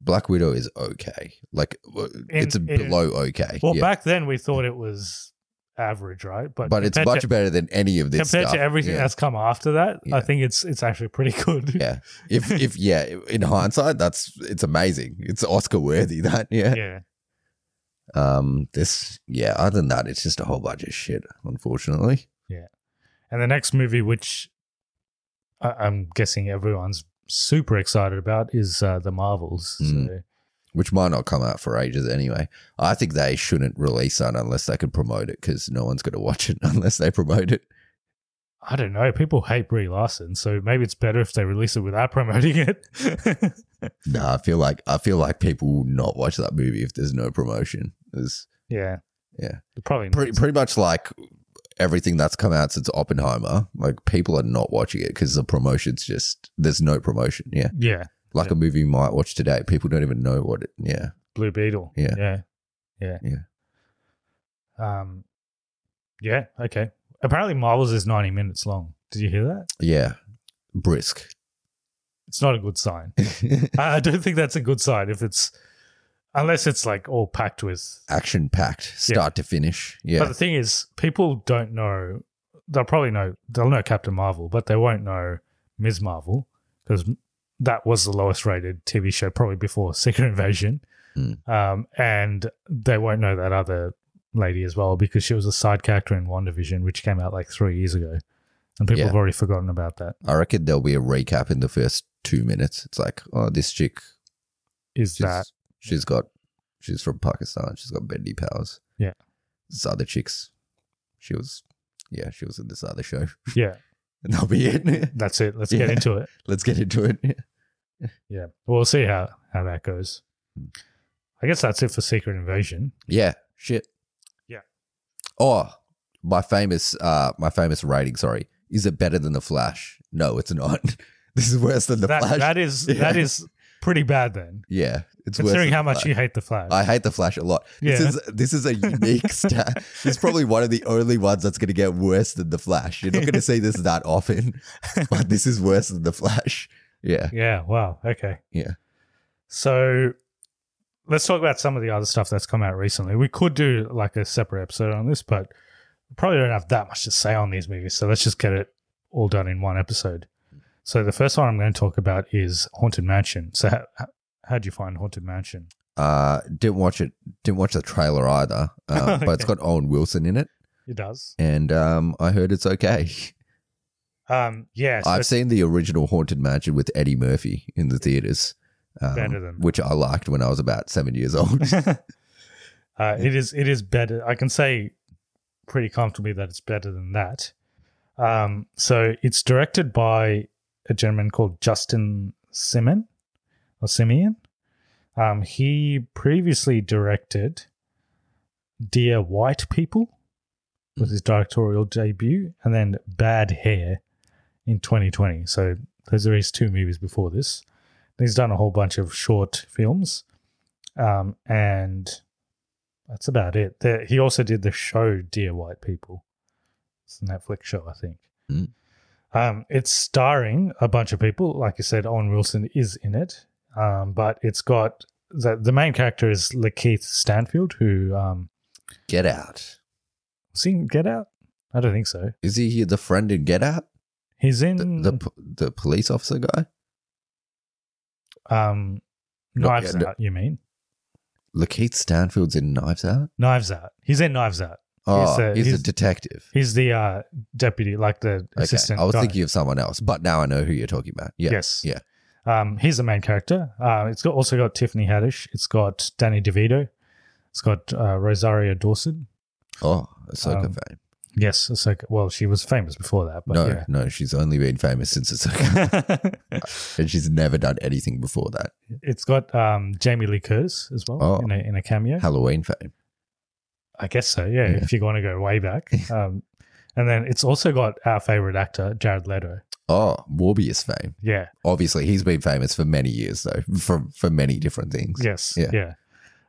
[SPEAKER 2] Black Widow is okay. Like w- it's
[SPEAKER 1] In- in-
[SPEAKER 2] below okay.
[SPEAKER 1] Well,
[SPEAKER 2] yeah.
[SPEAKER 1] back then we thought it was average, right?
[SPEAKER 2] but, it's
[SPEAKER 1] compared
[SPEAKER 2] much
[SPEAKER 1] to-
[SPEAKER 2] better than any of this
[SPEAKER 1] compared
[SPEAKER 2] stuff.
[SPEAKER 1] to everything
[SPEAKER 2] yeah.
[SPEAKER 1] that's come after that,
[SPEAKER 2] Yeah.
[SPEAKER 1] I think it's it's actually pretty (laughs) good.
[SPEAKER 2] Yeah. If if yeah, in hindsight, that's it's amazing. It's Oscar worthy. (laughs) That yeah.
[SPEAKER 1] yeah,
[SPEAKER 2] Um. This yeah. Other than that, it's just a whole bunch of shit. Unfortunately.
[SPEAKER 1] And the next movie, which I, I'm guessing everyone's super excited about, is uh, the Marvels.
[SPEAKER 2] Mm.
[SPEAKER 1] So,
[SPEAKER 2] Which might not come out for ages anyway. I think they shouldn't release that unless they can promote it because no one's going to watch it (laughs) unless they promote it.
[SPEAKER 1] I don't know. People hate Brie Larson, so maybe it's better if they release it without (laughs) promoting it.
[SPEAKER 2] (laughs) Nah, I feel like I feel like people will not watch that movie if there's no promotion. There's
[SPEAKER 1] yeah,
[SPEAKER 2] Yeah.
[SPEAKER 1] probably.
[SPEAKER 2] pretty
[SPEAKER 1] not.
[SPEAKER 2] pretty much like everything that's come out since Oppenheimer. Like people are not watching it because the promotion's just there's no promotion. Yeah,
[SPEAKER 1] yeah,
[SPEAKER 2] like a movie you might watch today, people don't even know what it. Yeah,
[SPEAKER 1] Blue Beetle.
[SPEAKER 2] Yeah.
[SPEAKER 1] yeah, yeah,
[SPEAKER 2] Yeah.
[SPEAKER 1] Um, yeah. Okay. Apparently, Marvels is 90 minutes long. Did you hear that?
[SPEAKER 2] yeah,
[SPEAKER 1] (laughs)
[SPEAKER 2] brisk.
[SPEAKER 1] It's not a good sign. I I don't think that's a good sign if it's unless it's like all packed with.
[SPEAKER 2] Action packed, start to finish. Yeah,
[SPEAKER 1] But the thing is, people don't know. They'll probably know. They'll know Captain Marvel, but they won't know Ms. Marvel because that was the lowest rated TV show probably before (laughs) Secret Invasion,
[SPEAKER 2] Mm.
[SPEAKER 1] um, and they won't know that other lady as well because she was a side character in WandaVision, which came out like three years ago. and people
[SPEAKER 2] Yeah.
[SPEAKER 1] have already forgotten about that.
[SPEAKER 2] I reckon there'll be a recap in the first two minutes. It's like, oh, this chick,
[SPEAKER 1] Is
[SPEAKER 2] she's,
[SPEAKER 1] that
[SPEAKER 2] she's got, she's from Pakistan. She's got bendy powers.
[SPEAKER 1] Yeah.
[SPEAKER 2] This other chick's, she was, yeah, she was in this other show. (laughs)
[SPEAKER 1] yeah?
[SPEAKER 2] And that'll be it.
[SPEAKER 1] That's it. Let's get
[SPEAKER 2] Yeah.
[SPEAKER 1] into
[SPEAKER 2] (laughs)
[SPEAKER 1] it.
[SPEAKER 2] Let's get into it.
[SPEAKER 1] Yeah, we'll see how how that goes.
[SPEAKER 2] Hmm.
[SPEAKER 1] I guess that's it for Secret Invasion.
[SPEAKER 2] Yeah. Shit.
[SPEAKER 1] Yeah.
[SPEAKER 2] Oh, my famous, uh, my famous rating. Sorry, is it better than the Flash? No, it's not. (laughs) this is worse than the
[SPEAKER 1] that
[SPEAKER 2] Flash.
[SPEAKER 1] that is
[SPEAKER 2] Yeah.
[SPEAKER 1] that is pretty bad then.
[SPEAKER 2] yeah, it's worse
[SPEAKER 1] Considering
[SPEAKER 2] than
[SPEAKER 1] how
[SPEAKER 2] The
[SPEAKER 1] much
[SPEAKER 2] Flash.
[SPEAKER 1] you hate the Flash.
[SPEAKER 2] I (laughs) hate the Flash a lot. This
[SPEAKER 1] Yeah.
[SPEAKER 2] is this is
[SPEAKER 1] (laughs)
[SPEAKER 2] a unique stat. This is probably one of the only ones that's going to get worse than the Flash. You're not going to see this that
[SPEAKER 1] (laughs)
[SPEAKER 2] often, but this is worse than the Flash. Yeah,
[SPEAKER 1] yeah. Wow. Okay.
[SPEAKER 2] yeah,
[SPEAKER 1] So let's talk about some of the other stuff that's come out recently. We could do like a separate episode on this, but we probably don't have that much to say on these movies. So let's just get it all done in one episode. So the first one I'm going to talk about is Haunted Mansion. So how, how'd you find Haunted Mansion?
[SPEAKER 2] Uh, didn't watch it. Didn't watch the trailer either. Uh,
[SPEAKER 1] (laughs)
[SPEAKER 2] But it's
[SPEAKER 1] Okay.
[SPEAKER 2] got Owen Wilson in it,
[SPEAKER 1] It does.
[SPEAKER 2] and um, I heard it's okay.
[SPEAKER 1] Um, yeah. so
[SPEAKER 2] I've
[SPEAKER 1] it's-
[SPEAKER 2] seen the original Haunted Mansion with Eddie Murphy in the theaters,
[SPEAKER 1] Better than-
[SPEAKER 2] um, which I liked when I was about seven
[SPEAKER 1] (laughs)
[SPEAKER 2] years old.
[SPEAKER 1] Uh, it is it is better. I can say pretty comfortably that it's better than that. Um, so it's directed by a gentleman called Justin Simon or Simeon. Um, he previously directed Dear White People was his directorial debut, and then Bad Hair in 2020. So those are his two movies before this. He's done a whole bunch of short films, um, and that's about it. The, he also did the show Dear White People. It's a Netflix show, I think.
[SPEAKER 2] Mm.
[SPEAKER 1] Um, it's starring a bunch of people. Like I said, Owen Wilson is in it, um, but it's got the the main character is Lakeith Stanfield, who um,
[SPEAKER 2] Get Out.
[SPEAKER 1] was he in Get Out? I don't think so.
[SPEAKER 2] Is he the friend in Get Out?
[SPEAKER 1] He's in
[SPEAKER 2] The, the p- the police officer guy.
[SPEAKER 1] um,
[SPEAKER 2] Not
[SPEAKER 1] Knives
[SPEAKER 2] yet.
[SPEAKER 1] Out. You mean
[SPEAKER 2] Lakeith Stanfield's in Knives Out.
[SPEAKER 1] Knives Out? He's in Knives Out.
[SPEAKER 2] Oh,
[SPEAKER 1] He's
[SPEAKER 2] he's
[SPEAKER 1] a-
[SPEAKER 2] a,
[SPEAKER 1] he's-
[SPEAKER 2] detective.
[SPEAKER 1] He's the uh, deputy, like the
[SPEAKER 2] Okay.
[SPEAKER 1] assistant.
[SPEAKER 2] I was
[SPEAKER 1] guy.
[SPEAKER 2] thinking of someone else, but now I know who you're talking about. Yeah.
[SPEAKER 1] Yes.
[SPEAKER 2] Yeah.
[SPEAKER 1] Um, he's the main character. Uh, it's got also got Tiffany Haddish. It's got Danny DeVito. It's got uh, Rosaria Dawson.
[SPEAKER 2] Oh, Ahsoka
[SPEAKER 1] Um,
[SPEAKER 2] fame.
[SPEAKER 1] Yes, Ahsoka. Well, she was famous before that, but
[SPEAKER 2] No,
[SPEAKER 1] yeah.
[SPEAKER 2] no, she's only been famous since Ahsoka,
[SPEAKER 1] (laughs)
[SPEAKER 2] and she's never done anything before that.
[SPEAKER 1] it's got um, Jamie Lee Curtis as well
[SPEAKER 2] Oh.
[SPEAKER 1] in, a, in a cameo.
[SPEAKER 2] Halloween fame.
[SPEAKER 1] I guess so. Yeah,
[SPEAKER 2] Yeah.
[SPEAKER 1] if you want to go way
[SPEAKER 2] (laughs)
[SPEAKER 1] back. Um, and then it's also got our favorite actor Jared Leto.
[SPEAKER 2] Oh, Morbius fame.
[SPEAKER 1] Yeah.
[SPEAKER 2] Obviously, he's been famous for many years though, (laughs) for for many different things.
[SPEAKER 1] Yes. Yeah.
[SPEAKER 2] Yeah.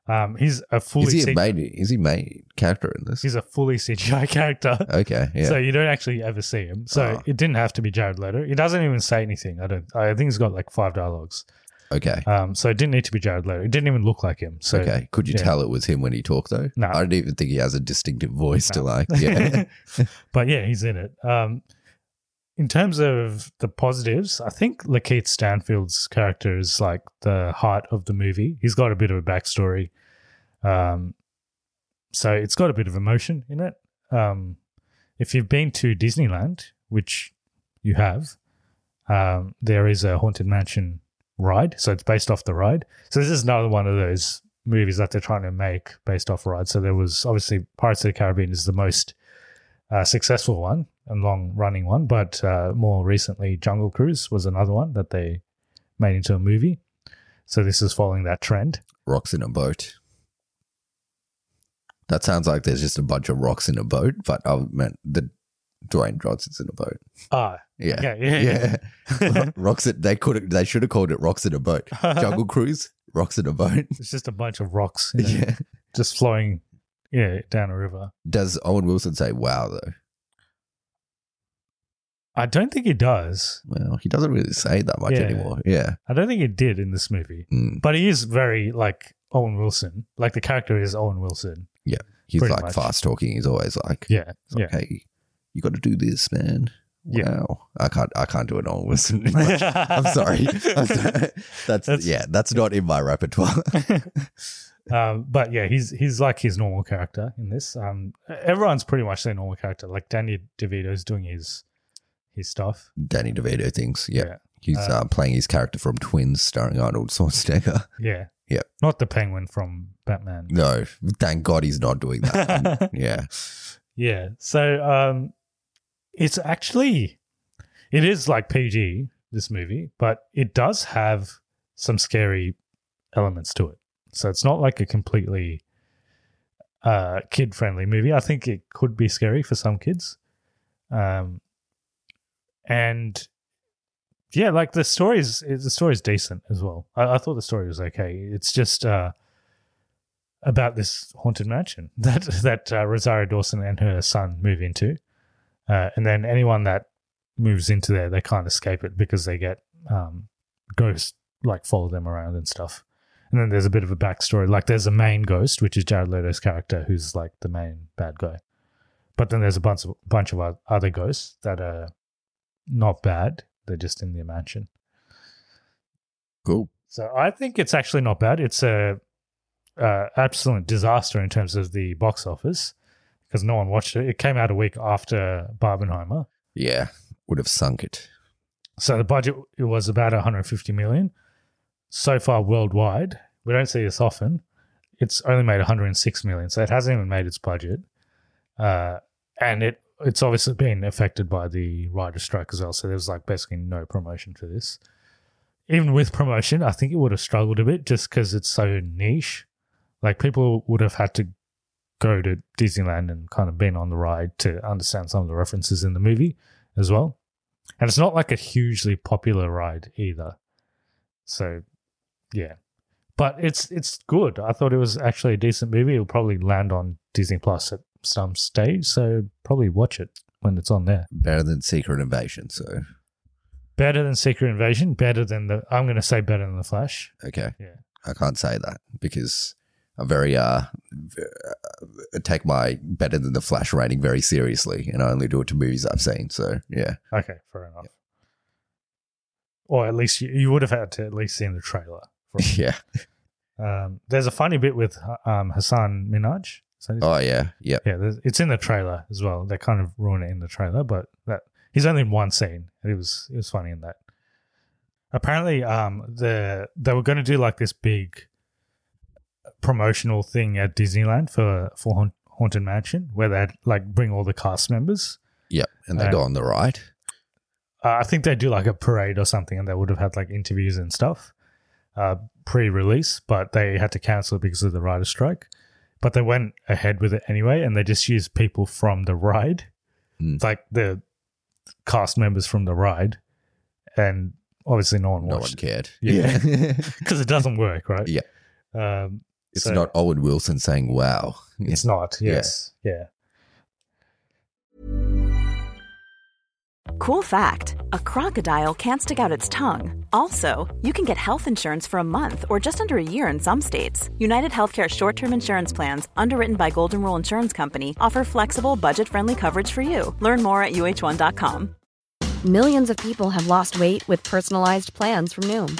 [SPEAKER 1] Um, he's a fully
[SPEAKER 2] Is he
[SPEAKER 1] C-
[SPEAKER 2] a main? Is he main character in this?
[SPEAKER 1] he's a fully CGI character.
[SPEAKER 2] okay. Yeah.
[SPEAKER 1] So you don't actually ever see him. So
[SPEAKER 2] Ah.
[SPEAKER 1] it didn't have to be Jared Leto. He doesn't even say anything. I don't. I think he's got like five dialogues.
[SPEAKER 2] okay.
[SPEAKER 1] Um, so it didn't need to be Jared Leto. It didn't even look like him. So
[SPEAKER 2] okay. Could you
[SPEAKER 1] yeah.
[SPEAKER 2] tell it was him when he talked though?
[SPEAKER 1] No.
[SPEAKER 2] I don't even think he has a distinctive voice to like.
[SPEAKER 1] (laughs)
[SPEAKER 2] Yeah.
[SPEAKER 1] but yeah, he's in it. Um, in terms of the positives, I think Lakeith Stanfield's character is like the heart of the movie. He's got a bit of a backstory. Um, so it's got a bit of emotion in it. Um, if you've been to Disneyland, which you have, um, there is a Haunted Mansion ride. So it's based off the ride. So this is another one of those movies that they're trying to make based off rides. So there was obviously Pirates of the Caribbean is the most uh, successful one and long running one, but uh, more recently, Jungle Cruise was another one that they made into a movie. So this is following that trend.
[SPEAKER 2] rocks in a boat. That sounds like there's just a bunch of rocks in a boat, but I meant the Dwayne Johnson's in a boat.
[SPEAKER 1] Ah,
[SPEAKER 2] Yeah,
[SPEAKER 1] Okay, yeah,
[SPEAKER 2] Ro- (laughs) rocks it. They could. They should have called it rocks in
[SPEAKER 1] (laughs)
[SPEAKER 2] a boat. Jungle Cruise, rocks in a boat.
[SPEAKER 1] it's just a bunch of rocks you know,
[SPEAKER 2] (laughs) Yeah.
[SPEAKER 1] just flowing, yeah, down a river.
[SPEAKER 2] Does Owen Wilson say wow though?
[SPEAKER 1] I don't think it does.
[SPEAKER 2] Well, he doesn't really say that much
[SPEAKER 1] Yeah.
[SPEAKER 2] anymore. Yeah.
[SPEAKER 1] I don't think it did in this movie,
[SPEAKER 2] Mm.
[SPEAKER 1] but he is very like Owen Wilson. Like the character is Owen Wilson.
[SPEAKER 2] He's
[SPEAKER 1] Pretty
[SPEAKER 2] like
[SPEAKER 1] much.
[SPEAKER 2] fast talking. He's always like,
[SPEAKER 1] Yeah,
[SPEAKER 2] it's like, "Hey, you got to do this, man."
[SPEAKER 1] Yeah.
[SPEAKER 2] Wow. I can't. I can't do it.
[SPEAKER 1] (laughs)
[SPEAKER 2] Owen Wilson.
[SPEAKER 1] yeah.
[SPEAKER 2] I'm
[SPEAKER 1] (laughs)
[SPEAKER 2] sorry. I'm sorry. That's,
[SPEAKER 1] That's-
[SPEAKER 2] yeah. That's not in
[SPEAKER 1] (laughs)
[SPEAKER 2] my repertoire.
[SPEAKER 1] um, but yeah, he's he's like his normal character in this. Um, everyone's pretty much their normal character. Like Danny DeVito's doing his his stuff.
[SPEAKER 2] Danny DeVito things. Yeah.
[SPEAKER 1] Yeah.
[SPEAKER 2] He's
[SPEAKER 1] Uh,
[SPEAKER 2] uh, playing his character from Twins, starring Arnold Schwarzenegger. (laughs)
[SPEAKER 1] Yeah.
[SPEAKER 2] Yep.
[SPEAKER 1] Not the penguin from Batman.
[SPEAKER 2] No, thank God he's not
[SPEAKER 1] (laughs)
[SPEAKER 2] doing that. yeah.
[SPEAKER 1] yeah. So um it's actually it is like PG this movie, but it does have some scary elements to it. So it's not like a completely uh kid friendly movie. I think it could be scary for some kids. Um and yeah, like the story is the story is decent as well. I, I thought the story was okay. It's just uh about this haunted mansion (laughs) that that uh, Rosario Dawson and her son move into, uh, and then anyone that moves into there they can't escape it because they get um, ghosts like follow them around and stuff. And then there's a bit of a backstory. Like there's a main ghost, which is Jared Leto's character, who's like the main bad guy. But then there's a bunch of bunch of o- other ghosts that are not bad. They're just in the mansion.
[SPEAKER 2] Cool.
[SPEAKER 1] So I think it's actually not bad. It's a uh, absolute disaster in terms of the box office because no one watched it. It came out a week after Barbenheimer,
[SPEAKER 2] Yeah. Would have sunk it.
[SPEAKER 1] so the budget it was about 150 million so far worldwide. We don't see this often. It's only made 106 million, so it hasn't even made its budget, uh, and it it's obviously been affected by the writer strike as well. So there was like basically no promotion for this. Even with promotion, I think it would have struggled a bit just because it's so niche. Like people would have had to go to Disneyland and kind of been on the ride to understand some of the references in the movie as well. And it's not like a hugely popular ride either. So, yeah. But it's it's good. I thought it was actually a decent movie. It'll probably land on Disney Plus at some stage, so probably watch it when it's on there.
[SPEAKER 2] Better than Secret Invasion. So,
[SPEAKER 1] Better than Secret Invasion, better than the I'm going to say better than the Flash.
[SPEAKER 2] okay.
[SPEAKER 1] Yeah.
[SPEAKER 2] I can't say that because I'm very, uh, v- uh, take my better than the Flash rating very seriously. And I only do it to movies I've seen. So, yeah.
[SPEAKER 1] Okay, fair enough. Or at least you, you would have had to at least seen the trailer. For (laughs) it.
[SPEAKER 2] (laughs) Yeah.
[SPEAKER 1] um, there's a funny bit with um, Hassan Minaj. Is that his
[SPEAKER 2] Oh, yeah. Yep.
[SPEAKER 1] Yeah, there's- it's in the trailer as well. They kind of ruin it in the trailer, but that he's only in one scene. and It was it was funny in that. Apparently, um, the they were going to do like this big promotional thing at Disneyland for for Haun- Haunted Mansion, where they'd like bring all the cast members.
[SPEAKER 2] Yep. And they
[SPEAKER 1] Uh,
[SPEAKER 2] go on the right.
[SPEAKER 1] Uh, I think they do like a parade or something, and they would have had like interviews and stuff uh, pre-release, but they had to cancel it because of the rider strike. But they went ahead with it anyway, and they just used people from the ride,
[SPEAKER 2] Mm.
[SPEAKER 1] It's like the cast members from the ride, and obviously no one
[SPEAKER 2] No one
[SPEAKER 1] watched
[SPEAKER 2] cared.
[SPEAKER 1] Yeah.
[SPEAKER 2] yeah.
[SPEAKER 1] (laughs) because it doesn't work, right? (laughs)
[SPEAKER 2] (laughs) Yeah.
[SPEAKER 1] um,
[SPEAKER 2] It's
[SPEAKER 1] So-
[SPEAKER 2] not Owen Wilson saying "Wow."
[SPEAKER 1] it's not. Yes, yeah.
[SPEAKER 3] Cool fact a crocodile can't stick out its tongue. Also, you can get health insurance for a month or just under a year in some states. United Healthcare short term insurance plans, underwritten by Golden Rule Insurance Company, offer flexible, budget friendly coverage for you. Learn more at uh1.com.
[SPEAKER 4] Millions of people have lost weight with personalized plans from Noom,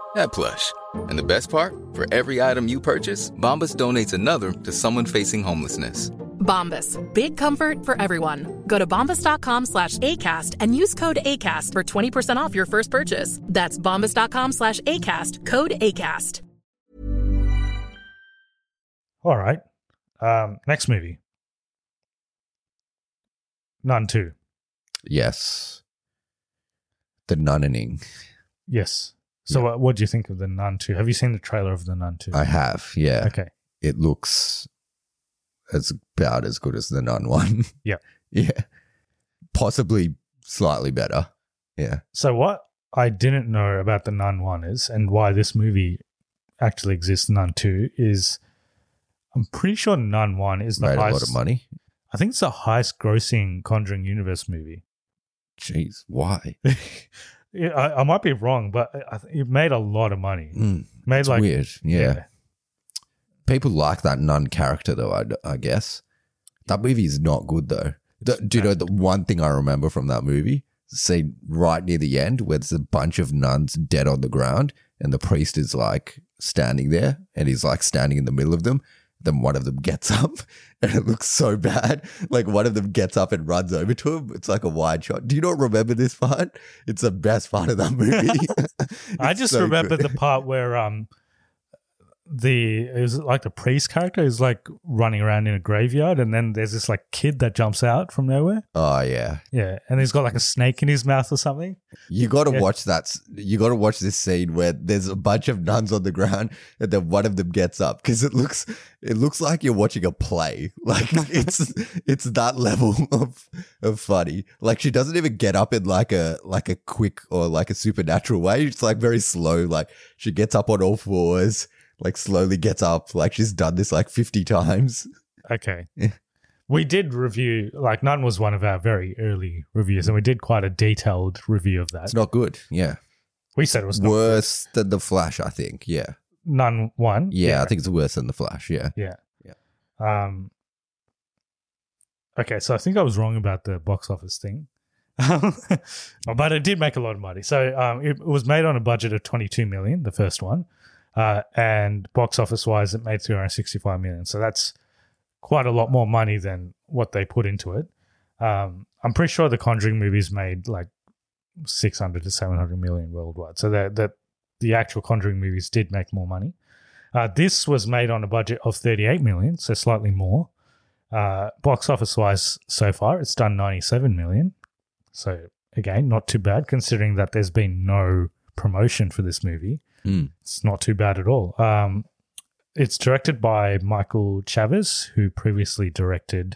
[SPEAKER 5] that plush. And the best part? For every item you purchase, Bombas donates another to someone facing homelessness.
[SPEAKER 6] Bombas. Big comfort for everyone. Go to bombas.com slash ACAST and use code ACAST for 20% off your first purchase. That's bombas.com slash ACAST, code ACAST.
[SPEAKER 1] All right. Um, next movie. Nun 2.
[SPEAKER 2] Yes. The nunning.
[SPEAKER 1] Yes. So uh, what do you think of The Nun 2? Have you seen the trailer of The Nun 2?
[SPEAKER 2] I have, yeah.
[SPEAKER 1] Okay.
[SPEAKER 2] It looks as about as good as the nun one. (laughs)
[SPEAKER 1] Yeah.
[SPEAKER 2] yeah. Possibly slightly better. Yeah.
[SPEAKER 1] So what I didn't know about the Nun one is, and why this movie actually exists, Nun two is, I'm pretty sure Nun one is the
[SPEAKER 2] Made a lot
[SPEAKER 1] highest.
[SPEAKER 2] of money.
[SPEAKER 1] I think it's the highest grossing Conjuring universe movie.
[SPEAKER 2] Jeez, why?
[SPEAKER 1] Yeah, I, I might be wrong, but I- I th- it made a lot of money.
[SPEAKER 2] Mm,
[SPEAKER 1] made
[SPEAKER 2] it's
[SPEAKER 1] like
[SPEAKER 2] weird. Yeah. People like that nun character though, I, d- I guess. That movie is not good though. The- do you know the one thing I remember from that movie? Scene right near the end where there's a bunch of nuns dead on the ground and the priest is like standing there and he's like standing in the middle of them. Then one of them gets (laughs) up and it looks so bad. Like one of them gets up and runs over to him. It's like a wide shot. Do you not remember this part? It's the best part of that movie.
[SPEAKER 1] (laughs) I
[SPEAKER 2] (laughs) It's
[SPEAKER 1] just
[SPEAKER 2] so
[SPEAKER 1] remember
[SPEAKER 2] good.
[SPEAKER 1] the part where um the it was like the priest character is like running around in a graveyard, and then there's this like kid that jumps out from nowhere.
[SPEAKER 2] Oh yeah.
[SPEAKER 1] Yeah, and he's got like a snake in his mouth or something.
[SPEAKER 2] You got to
[SPEAKER 1] Yeah.
[SPEAKER 2] watch that. s- You got to watch this scene where there's a bunch of nuns on the ground, and then one of them gets up because it looks it looks like you're watching a play. (laughs) Like it's it's that level of of funny. Like she doesn't even get up in like a like a quick or like a supernatural way. It's like very slow. Like she gets up on all fours, like slowly gets up. Like she's done this like fifty times.
[SPEAKER 1] Okay.
[SPEAKER 2] Yeah.
[SPEAKER 1] We did review, like, Nun was one of our very early reviews, and we did quite a detailed review of that.
[SPEAKER 2] It's not good. Yeah,
[SPEAKER 1] we said it was not
[SPEAKER 2] worse than the Flash. I think. Yeah,
[SPEAKER 1] Nun 1.
[SPEAKER 2] yeah. I think it's worse than the Flash. Yeah.
[SPEAKER 1] Yeah.
[SPEAKER 2] Yeah.
[SPEAKER 1] Um, okay, so I think I was wrong about the box office thing. (laughs) but it did make a lot of money. So um, it, it was made on a budget of 22 million, the first one. Uh, and box office wise, it made 365 million. So that's quite a lot more money than what they put into it. Um, I'm pretty sure the Conjuring movies made like 600 to 700 million worldwide. So that, that the actual Conjuring movies did make more money. Uh, this was made on a budget of 38 million, so slightly more. Uh, box office wise, so far, it's done 97 million. So, again, not too bad considering that there's been no promotion for this movie.
[SPEAKER 2] Hmm.
[SPEAKER 1] It's not too bad at all. Um, it's directed by Michael Chavez, who previously directed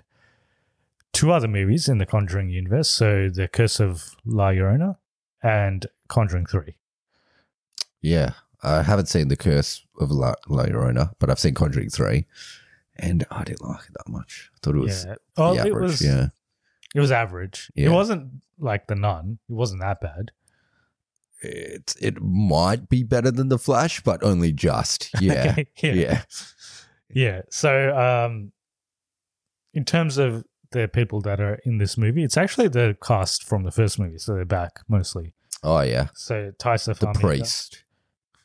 [SPEAKER 1] two other movies in the Conjuring universe. So, The Curse of La Llorona and Conjuring 3.
[SPEAKER 2] Yeah, I haven't seen The Curse of La, La Llorona, but I've seen Conjuring Three, and I didn't like it that much. I thought it was
[SPEAKER 1] yeah. Oh,
[SPEAKER 2] the average.
[SPEAKER 1] it was.
[SPEAKER 2] yeah,
[SPEAKER 1] It was average.
[SPEAKER 2] Yeah.
[SPEAKER 1] It wasn't like the nun. It wasn't that bad.
[SPEAKER 2] it it might be better than The Flash, but only just. (laughs) Yeah,
[SPEAKER 1] (laughs) Okay,
[SPEAKER 2] yeah.
[SPEAKER 1] Yeah. So, um, in terms of the people that are in this movie, it's actually the cast from the first movie, so they're back mostly.
[SPEAKER 2] Oh yeah,
[SPEAKER 1] So Tysa
[SPEAKER 2] the priest.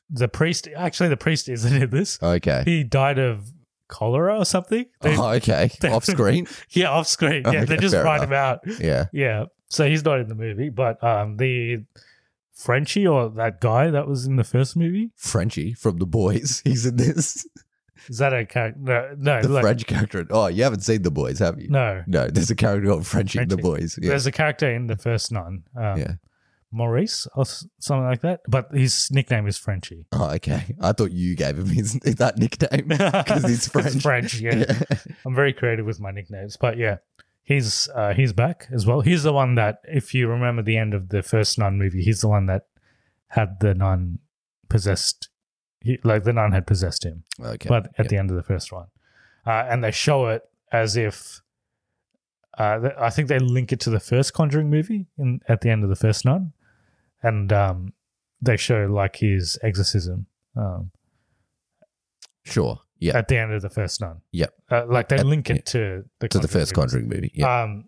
[SPEAKER 1] the priest. Actually, the priest isn't in this.
[SPEAKER 2] Okay.
[SPEAKER 1] He died of cholera or something. (laughs) They-
[SPEAKER 2] Oh, okay.
[SPEAKER 1] they-
[SPEAKER 2] Off screen.
[SPEAKER 1] (laughs) Yeah, off screen. Yeah,
[SPEAKER 2] Okay,
[SPEAKER 1] they just
[SPEAKER 2] fair
[SPEAKER 1] write
[SPEAKER 2] enough.
[SPEAKER 1] him out.
[SPEAKER 2] Yeah.
[SPEAKER 1] Yeah. So he's not in the movie, but um, the Frenchie or that guy that was in the first movie
[SPEAKER 2] Frenchie from The Boys. (laughs) He's in this.
[SPEAKER 1] is that a character? No, no,
[SPEAKER 2] The
[SPEAKER 1] like-
[SPEAKER 2] French character. Oh, you haven't seen The Boys, have you?
[SPEAKER 1] no.
[SPEAKER 2] No, there's a character called Frenchie in The
[SPEAKER 1] Frenchie.
[SPEAKER 2] Boys. Yeah.
[SPEAKER 1] There's a character in the first nun, um,
[SPEAKER 2] Yeah.
[SPEAKER 1] Maurice or s- something like that, but his nickname is Frenchie.
[SPEAKER 2] Oh, okay. I thought you gave him his, (laughs) that nickname because
[SPEAKER 1] (laughs)
[SPEAKER 2] he's
[SPEAKER 1] 'Cause
[SPEAKER 2] French.
[SPEAKER 1] French, yeah.
[SPEAKER 2] (laughs) yeah.
[SPEAKER 1] I'm very creative with my nicknames, but yeah, he's uh, he's back as well. He's the one that, if you remember the end of the first nun movie, he's the one that had the nun possessed. He, like the nun had possessed him.
[SPEAKER 2] Okay.
[SPEAKER 1] but at the end of the first one. Uh, and they show it as if uh, th- I think they link it to the first Conjuring movie in at the end of the first nun, and um, they show like his exorcism um,
[SPEAKER 2] yeah. Sure. Yeah.
[SPEAKER 1] at the end of the first nun.
[SPEAKER 2] Yep.
[SPEAKER 1] uh, like they
[SPEAKER 2] At-
[SPEAKER 1] link it
[SPEAKER 2] yeah.
[SPEAKER 1] to the
[SPEAKER 2] to the
[SPEAKER 1] movies.
[SPEAKER 2] first Conjuring movie. Yeah.
[SPEAKER 1] Um,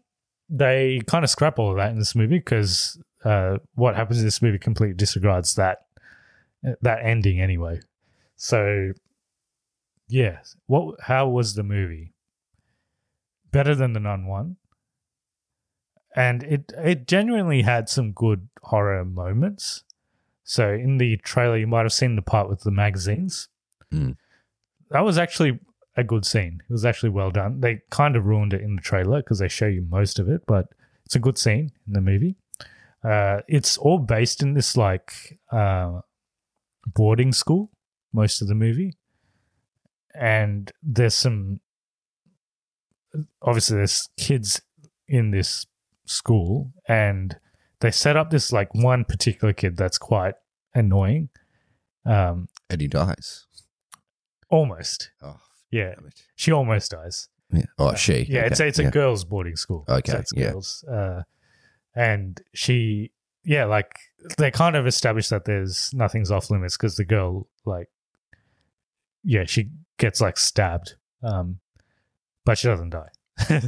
[SPEAKER 1] they kind of scrap all of that in this movie because uh, what happens in this movie completely disregards that that ending anyway. So, yeah, what? How was the movie? better than the Nun one, and it it genuinely had some good horror moments. So in the trailer, you might have seen the part with the magazines.
[SPEAKER 2] Mm.
[SPEAKER 1] That was actually a good scene. It was actually well done. They kind of ruined it in the trailer because they show you most of it, but it's a good scene in the movie. Uh, it's all based in this like uh, boarding school most of the movie, and there's some obviously there's kids in this school and they set up this like one particular kid that's quite annoying um
[SPEAKER 2] And he dies.
[SPEAKER 1] almost
[SPEAKER 2] Oh,
[SPEAKER 1] yeah
[SPEAKER 2] damn it.
[SPEAKER 1] she almost dies
[SPEAKER 2] Yeah. Oh, she.
[SPEAKER 1] yeah it's,
[SPEAKER 2] Okay.
[SPEAKER 1] it's a
[SPEAKER 2] yeah.
[SPEAKER 1] girls boarding school so
[SPEAKER 2] Okay,
[SPEAKER 1] it's
[SPEAKER 2] yeah.
[SPEAKER 1] girls uh and she yeah like they kind of establish that there's nothing's off limits because the girl like yeah she gets like stabbed um but she doesn't die (laughs)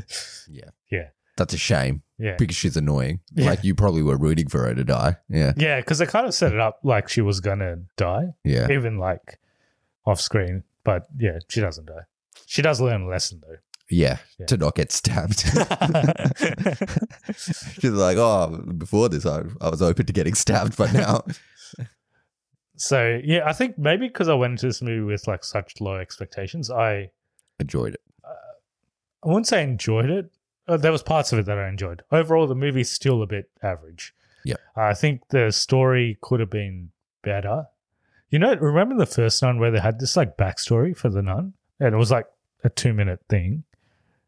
[SPEAKER 2] Yeah.
[SPEAKER 1] Yeah.
[SPEAKER 2] That's a shame
[SPEAKER 1] yeah
[SPEAKER 2] because she's annoying.
[SPEAKER 1] Yeah.
[SPEAKER 2] Like you probably were rooting for her to die. Yeah.
[SPEAKER 1] Yeah, because they kind of set it up like she was gonna die,
[SPEAKER 2] Yeah.
[SPEAKER 1] even like off screen. But yeah, she doesn't die. She does learn a lesson though.
[SPEAKER 2] Yeah.
[SPEAKER 1] Yeah.
[SPEAKER 2] To not get
[SPEAKER 1] (laughs)
[SPEAKER 2] stabbed. (laughs) she's like, oh, before this, I, I was open to getting stabbed,
[SPEAKER 1] (laughs)
[SPEAKER 2] but now.
[SPEAKER 1] So yeah, I think maybe because I went into this movie with like such low expectations, I
[SPEAKER 2] Enjoyed it.
[SPEAKER 1] I wouldn't say enjoyed it. Uh, there was parts of it that I enjoyed. Overall, the movie's still a bit average.
[SPEAKER 2] Yeah.
[SPEAKER 1] I think the story could have been better. You know, remember the first nun where they had this like backstory for the nun, and it was like a two minute thing.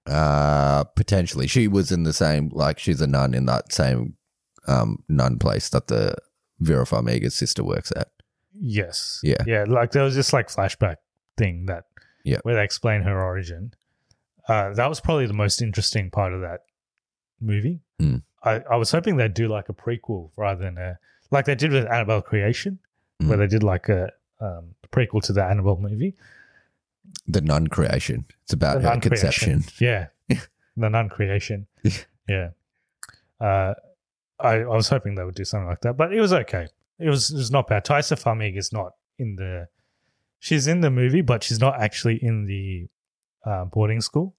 [SPEAKER 2] Uh, potentially. She was in the same, like, she's a nun in that same um, nun place that the Vera Farmiga's sister works at.
[SPEAKER 1] Yes.
[SPEAKER 2] Yeah.
[SPEAKER 1] Yeah. Like there was this like flashback thing that
[SPEAKER 2] Yeah.
[SPEAKER 1] where they explain her origin. Uh, that was probably the most interesting part of that movie.
[SPEAKER 2] Mm.
[SPEAKER 1] I, I was hoping they'd do like a prequel rather than a like they did with Annabelle Creation,
[SPEAKER 2] Mm.
[SPEAKER 1] where they did like a um, prequel to the Annabelle movie.
[SPEAKER 2] The nun creation. It's about
[SPEAKER 1] The
[SPEAKER 2] her
[SPEAKER 1] Nun
[SPEAKER 2] conception. (laughs)
[SPEAKER 1] Creation. Yeah. the non creation. yeah. Uh, I, I was hoping they would do something like that, but it was okay. It was, it was not bad. Taisa Farmig is not in the. She's in the movie, but she's not actually in the uh, boarding school.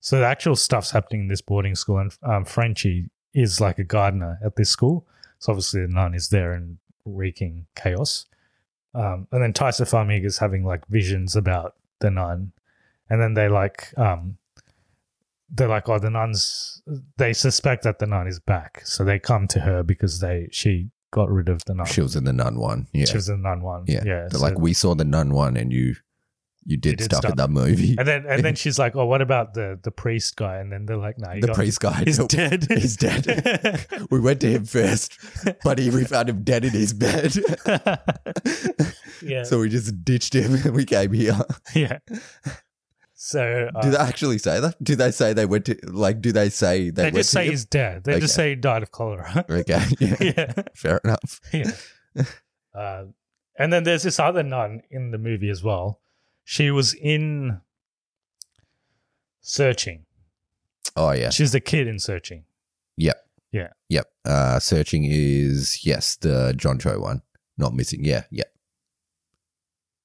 [SPEAKER 1] So the actual stuff's happening in this boarding school, and um, Frenchie is like a gardener at this school. So obviously the nun is there and wreaking chaos. Um, and then Taisa Farmig is having like visions about the nun and then they like um they're like oh the nuns they suspect that the nun is back so they come to her because they she got rid of the nun
[SPEAKER 2] She was in the nun one. Yeah.
[SPEAKER 1] Oh. she was the nun one
[SPEAKER 2] Yeah.
[SPEAKER 1] yeah
[SPEAKER 2] They're
[SPEAKER 1] so-
[SPEAKER 2] like, we saw the nun one and you you did,
[SPEAKER 1] did
[SPEAKER 2] stuff,
[SPEAKER 1] stuff.
[SPEAKER 2] in that movie.
[SPEAKER 1] and then and then she's like oh what about the the priest guy and then they're like no
[SPEAKER 2] the priest guy.
[SPEAKER 1] is
[SPEAKER 2] no,
[SPEAKER 1] dead
[SPEAKER 2] (laughs) He's dead.
[SPEAKER 1] (laughs)
[SPEAKER 2] we went to him first, but he, we found him dead in
[SPEAKER 1] (laughs)
[SPEAKER 2] his bed. (laughs)
[SPEAKER 1] yeah
[SPEAKER 2] So we just ditched him and we came here.
[SPEAKER 1] (laughs) yeah so uh,
[SPEAKER 2] Do they actually say that? Do they say they went to, like, do they say they,
[SPEAKER 1] they
[SPEAKER 2] went
[SPEAKER 1] just
[SPEAKER 2] to
[SPEAKER 1] say
[SPEAKER 2] him?
[SPEAKER 1] he's dead they just
[SPEAKER 2] Okay.
[SPEAKER 1] say he died of cholera
[SPEAKER 2] (laughs)
[SPEAKER 1] (laughs)
[SPEAKER 2] Okay. (laughs) Yeah.
[SPEAKER 1] yeah
[SPEAKER 2] Fair enough.
[SPEAKER 1] yeah. Uh, and then there's this other nun in the movie as well. She was in Searching.
[SPEAKER 2] Oh, yeah.
[SPEAKER 1] She's the kid in Searching.
[SPEAKER 2] Yep.
[SPEAKER 1] Yeah.
[SPEAKER 2] Yep. Uh, searching is, yes, the John Cho one. Not missing. Yeah. Yeah.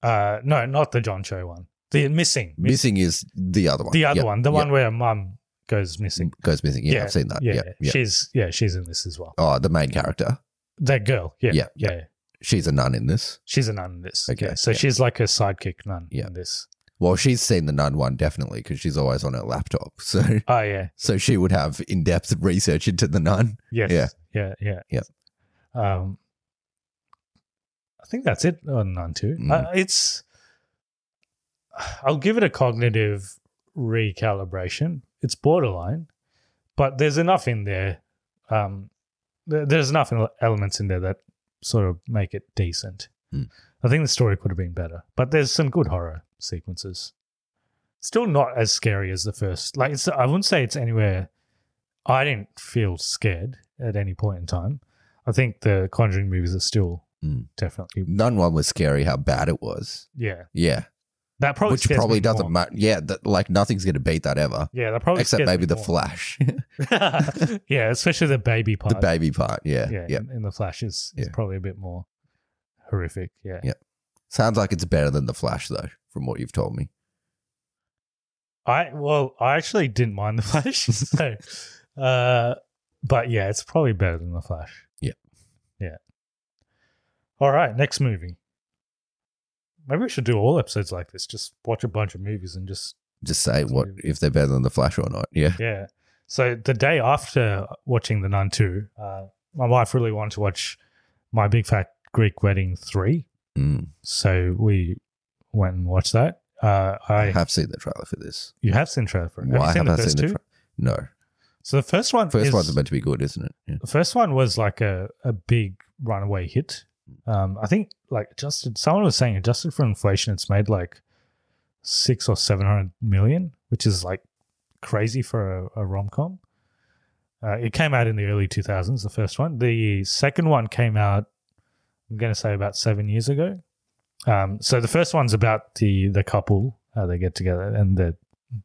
[SPEAKER 1] Uh, no, not the John Cho one. The missing. Miss-
[SPEAKER 2] Missing is the other one.
[SPEAKER 1] The other
[SPEAKER 2] Yep.
[SPEAKER 1] one. The one
[SPEAKER 2] Yep.
[SPEAKER 1] where mum goes missing.
[SPEAKER 2] goes missing. Yeah, I've seen that.
[SPEAKER 1] Yeah,
[SPEAKER 2] Yeah. yeah.
[SPEAKER 1] she's yeah, she's in this as well.
[SPEAKER 2] Oh, the main character.
[SPEAKER 1] That girl. Yeah,
[SPEAKER 2] Yeah,
[SPEAKER 1] yeah,
[SPEAKER 2] yeah. She's a nun in this.
[SPEAKER 1] She's a nun in this.
[SPEAKER 2] Okay,
[SPEAKER 1] Okay, so
[SPEAKER 2] yeah.
[SPEAKER 1] she's like a sidekick nun
[SPEAKER 2] Yeah.
[SPEAKER 1] in this.
[SPEAKER 2] Well, she's seen the nun one definitely because she's always on her laptop. (laughs) So,
[SPEAKER 1] Oh yeah,
[SPEAKER 2] so she would have in-depth research into the nun.
[SPEAKER 1] Yes.
[SPEAKER 2] Yeah.
[SPEAKER 1] Yeah. Yeah.
[SPEAKER 2] Yep.
[SPEAKER 1] Um, I think that's it on Nun 2.
[SPEAKER 2] Mm.
[SPEAKER 1] Uh, it's, I'll give it a cognitive recalibration. It's borderline, but there's enough in there. Um, there- there's enough ele- elements in there that sort of make it decent.
[SPEAKER 2] Mm.
[SPEAKER 1] I think the story could have been better, but there's some good horror sequences. Still not as scary as the first. Like it's, I wouldn't say it's anywhere I didn't feel scared at any point in time. I think the Conjuring movies are still
[SPEAKER 2] Mm.
[SPEAKER 1] definitely
[SPEAKER 2] Nun one was scary how bad it was.
[SPEAKER 1] yeah.
[SPEAKER 2] Yeah,
[SPEAKER 1] That probably
[SPEAKER 2] which
[SPEAKER 1] scares
[SPEAKER 2] probably
[SPEAKER 1] me
[SPEAKER 2] doesn't
[SPEAKER 1] more.
[SPEAKER 2] matter. Yeah, that, like nothing's gonna beat that ever,
[SPEAKER 1] Yeah, that probably
[SPEAKER 2] except
[SPEAKER 1] scares
[SPEAKER 2] maybe
[SPEAKER 1] me
[SPEAKER 2] the
[SPEAKER 1] more. (laughs)
[SPEAKER 2] flash, (laughs)
[SPEAKER 1] yeah, especially the baby part.
[SPEAKER 2] the baby part. Yeah,
[SPEAKER 1] yeah,
[SPEAKER 2] yeah,
[SPEAKER 1] In, in the flash is, is
[SPEAKER 2] Yeah.
[SPEAKER 1] probably a bit more horrific. Yeah.
[SPEAKER 2] Yeah. Sounds like it's better than the flash though, from what you've told me.
[SPEAKER 1] I well, I actually didn't mind the (laughs) Flash,
[SPEAKER 2] (laughs)
[SPEAKER 1] so, uh, but yeah, it's probably better than the Flash.
[SPEAKER 2] Yeah.
[SPEAKER 1] yeah. All right, next movie. Maybe we should do all episodes like this. Just watch a bunch of movies and just
[SPEAKER 2] Just say what if they're better than the Flash or not. Yeah.
[SPEAKER 1] yeah. So the day after watching The Nun two, uh, my wife really wanted to watch My Big Fat Greek Wedding three,
[SPEAKER 2] Mm.
[SPEAKER 1] so we went and watched that. Uh, I
[SPEAKER 2] I have seen the trailer for this.
[SPEAKER 1] you have seen trailer for it. have you
[SPEAKER 2] Why
[SPEAKER 1] seen
[SPEAKER 2] haven't
[SPEAKER 1] the
[SPEAKER 2] I
[SPEAKER 1] first
[SPEAKER 2] seen the
[SPEAKER 1] two?
[SPEAKER 2] trailer? No.
[SPEAKER 1] so the first one,
[SPEAKER 2] First
[SPEAKER 1] is-
[SPEAKER 2] one's meant to be good, isn't it? Yeah.
[SPEAKER 1] The first one was like a, a big runaway hit. Um, I think like adjusted. Someone was saying adjusted for inflation, it's made like six or seven hundred million, which is like crazy for a, a rom com. Uh, it came out in the early two thousands. The first one. The second one came out. I'm going to say about seven years ago. Um, so the first one's about the the couple uh, they get together and the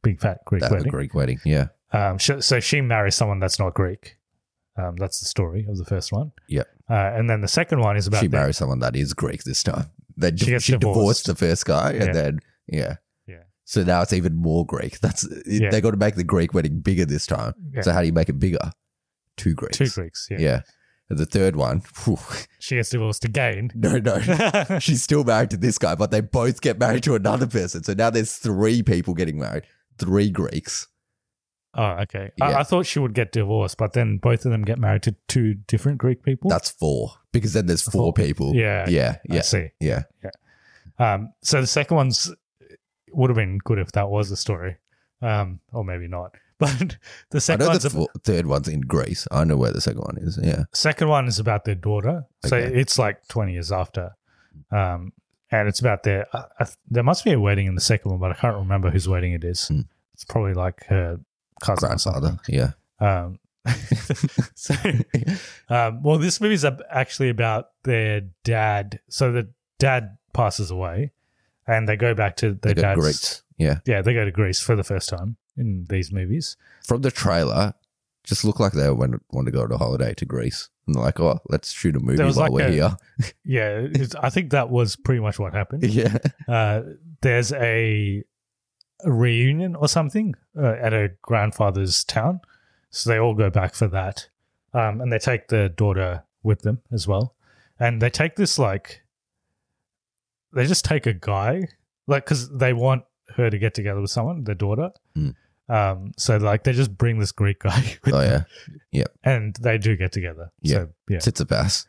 [SPEAKER 1] big fat Greek
[SPEAKER 2] That, the
[SPEAKER 1] wedding.
[SPEAKER 2] Greek wedding. Yeah.
[SPEAKER 1] Um, sh- so she marries someone that's not Greek. Um, that's the story of the first one.
[SPEAKER 2] Yeah.
[SPEAKER 1] Uh, and then the second one is about
[SPEAKER 2] she
[SPEAKER 1] the-
[SPEAKER 2] marries someone that is Greek this time. They
[SPEAKER 1] She
[SPEAKER 2] she,
[SPEAKER 1] gets
[SPEAKER 2] she divorced.
[SPEAKER 1] divorced.
[SPEAKER 2] the first guy,
[SPEAKER 1] Yeah.
[SPEAKER 2] and then yeah,
[SPEAKER 1] Yeah.
[SPEAKER 2] So now it's even more Greek. That's
[SPEAKER 1] Yeah.
[SPEAKER 2] they got to make the Greek wedding bigger this time.
[SPEAKER 1] Yeah.
[SPEAKER 2] So how do you make it bigger? Two Greeks.
[SPEAKER 1] two Greeks. Yeah.
[SPEAKER 2] Yeah. And the third one, phew, (laughs)
[SPEAKER 1] She gets divorced again.
[SPEAKER 2] no, no,
[SPEAKER 1] (laughs)
[SPEAKER 2] she's still married to this guy, but they both get married to another person. So now there's three people getting married, three Greeks.
[SPEAKER 1] Oh, okay.
[SPEAKER 2] Yeah.
[SPEAKER 1] I-, I thought she would get divorced, but then both of them get married to two different Greek people.
[SPEAKER 2] That's four because then there's four,
[SPEAKER 1] Four pe-
[SPEAKER 2] people.
[SPEAKER 1] Yeah.
[SPEAKER 2] yeah,
[SPEAKER 1] I
[SPEAKER 2] yeah,
[SPEAKER 1] see.
[SPEAKER 2] yeah.
[SPEAKER 1] Um, so the second one's would have been good if that was the story, um, or maybe not. (laughs) But the
[SPEAKER 2] I
[SPEAKER 1] second
[SPEAKER 2] know
[SPEAKER 1] one's
[SPEAKER 2] the
[SPEAKER 1] ab-
[SPEAKER 2] four, third one's in Greece. I know where the second one is. Yeah,
[SPEAKER 1] second one is about their daughter so
[SPEAKER 2] Okay.
[SPEAKER 1] it's like 20 years after um and it's about their I, I, there must be a wedding in the second one but i can't remember whose wedding it is
[SPEAKER 2] Hmm.
[SPEAKER 1] it's probably like her cousin or
[SPEAKER 2] grandfather.
[SPEAKER 1] something.
[SPEAKER 2] Yeah.
[SPEAKER 1] um
[SPEAKER 2] (laughs)
[SPEAKER 1] (laughs) so um well this movie's ab- actually about their dad so the dad passes away and they go back to their
[SPEAKER 2] They got
[SPEAKER 1] dad's
[SPEAKER 2] Greeks. Yeah.
[SPEAKER 1] yeah they go to greece for the first time in these movies
[SPEAKER 2] From the trailer, just look like they went, want to go on a holiday to Greece. And they're like, oh, let's shoot a movie
[SPEAKER 1] There
[SPEAKER 2] while
[SPEAKER 1] was like
[SPEAKER 2] we're
[SPEAKER 1] a-
[SPEAKER 2] here. (laughs)
[SPEAKER 1] yeah it's, i think that was pretty much what happened
[SPEAKER 2] yeah.
[SPEAKER 1] uh, there's a a reunion or something uh, at her grandfather's town. So they all go back for that. Um, and they take their daughter with them as well. And they take this, like, they just take a guy, like, because they want her to get together with someone, their daughter.
[SPEAKER 2] Mm.
[SPEAKER 1] Um, so, like, they just bring this Greek guy (laughs) with
[SPEAKER 2] Oh,
[SPEAKER 1] them,
[SPEAKER 2] yeah.
[SPEAKER 1] and they do get together.
[SPEAKER 2] Yeah.
[SPEAKER 1] So, yeah.
[SPEAKER 2] Tsitsipas.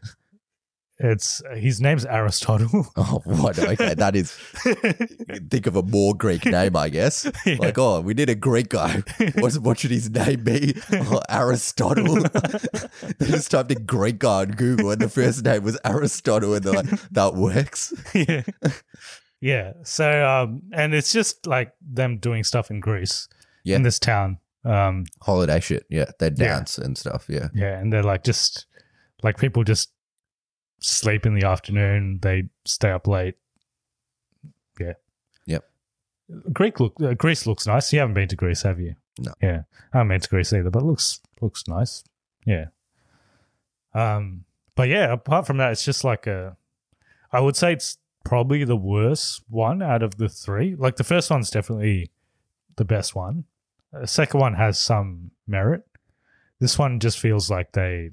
[SPEAKER 1] It's his name's Aristotle.
[SPEAKER 2] (laughs)
[SPEAKER 1] (laughs)
[SPEAKER 2] Oh, what? Okay. That is, you can think of a more Greek name, I guess.
[SPEAKER 1] (laughs) Yeah.
[SPEAKER 2] Like, oh, we need a
[SPEAKER 1] (laughs)
[SPEAKER 2] Greek guy. What's, what should his name be? Oh,
[SPEAKER 1] (laughs)
[SPEAKER 2] Aristotle. (laughs) they just typed in Greek guy on Google, and the first name was Aristotle, and they're like, that works.
[SPEAKER 1] (laughs) yeah. Yeah. So um and it's just like them doing stuff in Greece
[SPEAKER 2] Yeah.
[SPEAKER 1] in this town. Um
[SPEAKER 2] Holiday shit. Yeah. They
[SPEAKER 1] Yeah.
[SPEAKER 2] dance and stuff. Yeah.
[SPEAKER 1] yeah, and they're like just like people just sleep in the afternoon, they stay up late. Yeah.
[SPEAKER 2] Yep.
[SPEAKER 1] Greek look uh, Greece looks nice. You haven't been to Greece, have you?
[SPEAKER 2] No.
[SPEAKER 1] Yeah. I haven't been to Greece either, but looks looks nice. Yeah. Um but yeah, apart from that, it's just like a I would say it's probably the worst one out of the three. Like the first one's definitely the best one. The second one has some merit. This one just feels like they,